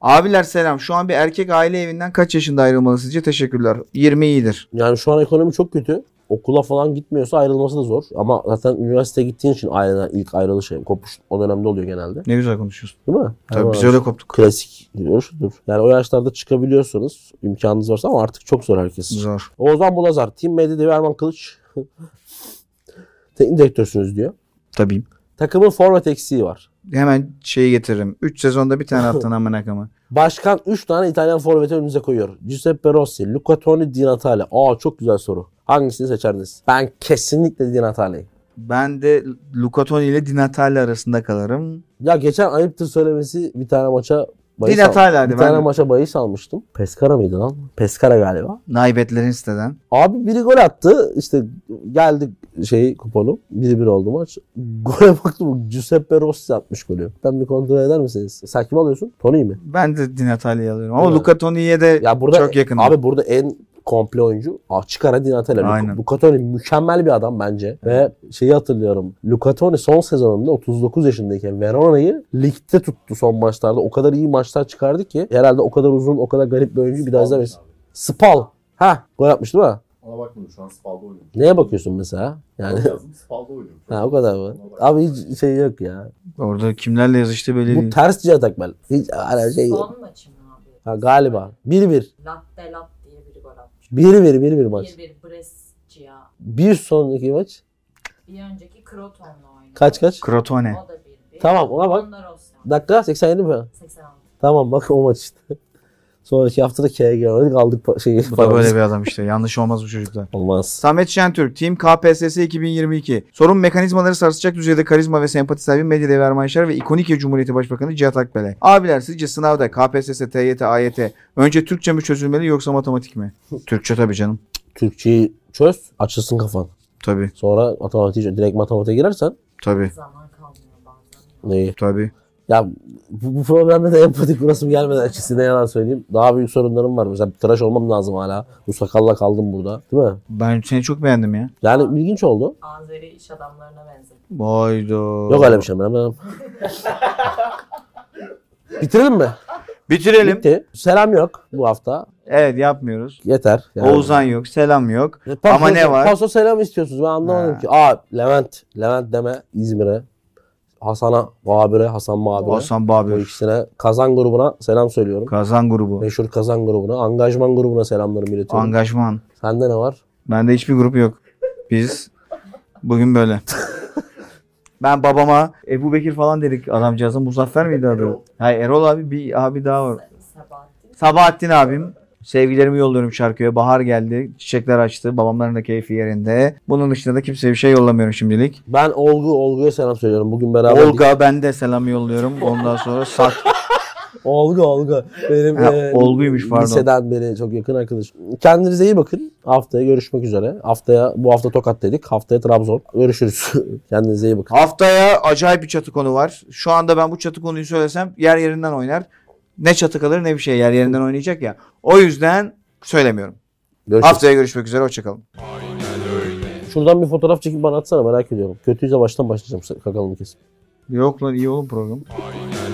S1: Abiler selam. Şu an bir erkek aile evinden kaç yaşında ayrılmalı sizce? Teşekkürler. 20 iyidir.
S2: Yani şu an ekonomi çok kötü. Okula falan gitmiyorsa ayrılması da zor. Ama zaten üniversiteye gittiğin için aileden ilk ayrılış kopuş o dönemde oluyor genelde.
S1: Ne güzel konuşuyorsun.
S2: Değil mi?
S1: Tabii
S2: Hemen
S1: biz öyle koptuk.
S2: Klasik görüşüdür. Yani o yaşlarda çıkabiliyorsunuz. imkanınız varsa ama artık çok zor herkes.
S1: Zor.
S2: Oğuzhan Bulazar, Team Medya'da Erman Kılıç. Teknik direktörsünüz diyor.
S1: Tabii.
S2: Takımın forvet eksiği var.
S1: Hemen şeyi getiririm. 3 sezonda bir tane attın amına kama.
S2: Başkan 3 tane İtalyan forveti önünüze koyuyor. Giuseppe Rossi, Luca Toni, Di Natale. Aa çok güzel soru. Hangisini seçerdiniz? Ben kesinlikle Di Natale'yi.
S1: Ben de Luca Toni ile Di Natale arasında kalarım.
S2: Ya geçen ayıptır söylemesi bir tane maça bahis
S1: Di Natale
S2: al-
S1: hadi
S2: bir tane
S1: ben-
S2: maça bahis almıştım. Pescara mıydı lan? Pescara galiba.
S1: Naibetlerin siteden.
S2: Abi biri gol attı. İşte geldi şey kuponu. 1-1 oldu maç. Gole baktım. Giuseppe Rossi atmış golü. Ben bir kontrol eder misiniz? Sen kim alıyorsun? Tony mi?
S1: Ben de Di Natale'yi alıyorum. Ama
S2: Evet.
S1: Luca Toni'ye de
S2: Ya burada
S1: çok yakın.
S2: Abi burada en komple oyuncu Çıkara Dinatella.
S1: Aynen.
S2: Lu- Luca Toni mükemmel bir adam bence. Ve şeyi hatırlıyorum. Luca Toni son sezonunda 39 yaşındayken Verona'yı ligde tuttu son maçlarda. O kadar iyi maçlar çıkardı ki herhalde o kadar uzun, o kadar garip bir oyuncu bir daha izlemeyiz. Spal. Ha, gol atmış değil mi?
S3: Ona bakmıyorum şu an Spal'da oynuyorum.
S2: Neye bakıyorsun mesela? Yani
S3: Yazdım, Spal'da oynuyorum. şu an.
S2: ha o kadar mı?
S3: Ona bak.
S2: Abi hiç şey yok ya.
S1: Orada kimlerle yazıştı belli
S2: Bu
S1: değil.
S2: ters cihat ben. Hiç hala şey yok.
S4: Son maçı mı abi?
S2: Ha, galiba. 1-1.
S4: Latte lat diye biri gol atmış.
S2: 1-1, 1-1 maç.
S4: 1-1 Brescia.
S2: Bir sonraki maç.
S4: Bir önceki Croton'la oynadı.
S2: Kaç kaç?
S1: Krotone.
S4: O da 1-1.
S2: Tamam, ona bak.
S4: Onlar olsun.
S2: Dakika 87 mi?
S4: 86.
S2: Tamam bak o maç işte. Sonraki hafta da KG oynadık aldık pa- şeyi.
S1: Bu da böyle bir adam işte. Yanlış olmaz bu çocuklar.
S2: Olmaz.
S1: Samet Şentürk, Team KPSS 2022. Sorun mekanizmaları sarsacak düzeyde karizma ve sempati sahibi medya devi Erman Yaşar ve ikonik ev Cumhuriyeti Başbakanı Cihat Akbele. Abiler sizce sınavda KPSS, TYT, AYT önce Türkçe mi çözülmeli yoksa matematik mi? Türkçe tabii canım.
S2: Türkçeyi çöz açılsın kafan.
S1: Tabii,
S2: Sonra matematiğe direkt matematiğe girersen
S1: tabii,
S4: Zaman kalmıyor bazen.
S2: neyi?
S1: tabii.
S2: Ya bu, bu problemde de empati kurasım gelmeden açıkçası ne yalan söyleyeyim. Daha büyük sorunlarım var. Mesela bir tıraş olmam lazım hala. Bu sakalla kaldım burada. Değil mi?
S1: Ben seni çok beğendim ya.
S2: Yani ilginç oldu.
S4: Azeri iş adamlarına benziyor.
S1: Hayda.
S2: Yok öyle bir şey. Ben, ben... Bitirelim mi?
S1: Bitirelim.
S2: Bitti. Selam yok bu hafta.
S1: Evet yapmıyoruz.
S2: Yeter. Yani-
S1: Oğuzhan yok, selam yok.
S2: E, paso-
S1: Ama ne var?
S2: Paso selam istiyorsunuz. Ben anlamadım
S1: Ha.
S2: ki. Aa Levent. Levent deme İzmir'e. Hasan'a, Babür'e, Hasan Babür'e.
S1: Hasan
S2: Bu
S1: Babür.
S2: ikisine Kazan grubuna selam söylüyorum.
S1: Kazan grubu.
S2: Meşhur Kazan grubuna, Angajman grubuna selamlarımı iletiyorum.
S1: Angajman.
S2: Sende ne var?
S1: Bende hiçbir grup yok. Biz bugün böyle. ben babama Ebu Bekir falan dedik adamcağızın. Muzaffer miydi adı?
S3: Erol.
S1: Hayır Erol abi bir abi daha var.
S4: Sabahattin.
S1: Sabahattin abim. Sevgilerimi yolluyorum şarkıya. Bahar geldi. Çiçekler açtı. Babamların da keyfi yerinde. Bunun dışında da kimseye bir şey yollamıyorum şimdilik.
S2: Ben Olgu, Olgu'ya selam söylüyorum. Bugün beraber.
S1: Olga ben de selam yolluyorum. Ondan sonra Sak.
S2: Olgu, Olgu. Benim
S1: Ha,
S2: e,
S1: Olgu'ymuş, pardon.
S2: Liseden beri çok yakın arkadaş. Kendinize iyi bakın. Haftaya görüşmek üzere. Haftaya bu hafta Tokat dedik. Haftaya Trabzon. Görüşürüz. Kendinize iyi bakın.
S1: Haftaya acayip bir çatı konu var. Şu anda ben bu çatı konuyu söylesem yer yerinden oynar. Ne çatı kalır ne bir şey yer yerinden oynayacak ya. O yüzden söylemiyorum.
S2: Görüşürüz.
S1: Haftaya görüşmek üzere. Hoşçakalın.
S2: Şuradan bir fotoğraf çekip bana atsana merak ediyorum. Kötüyse baştan başlayacağım kakalım kesin.
S1: Yok lan iyi oğlum program.
S5: Aynen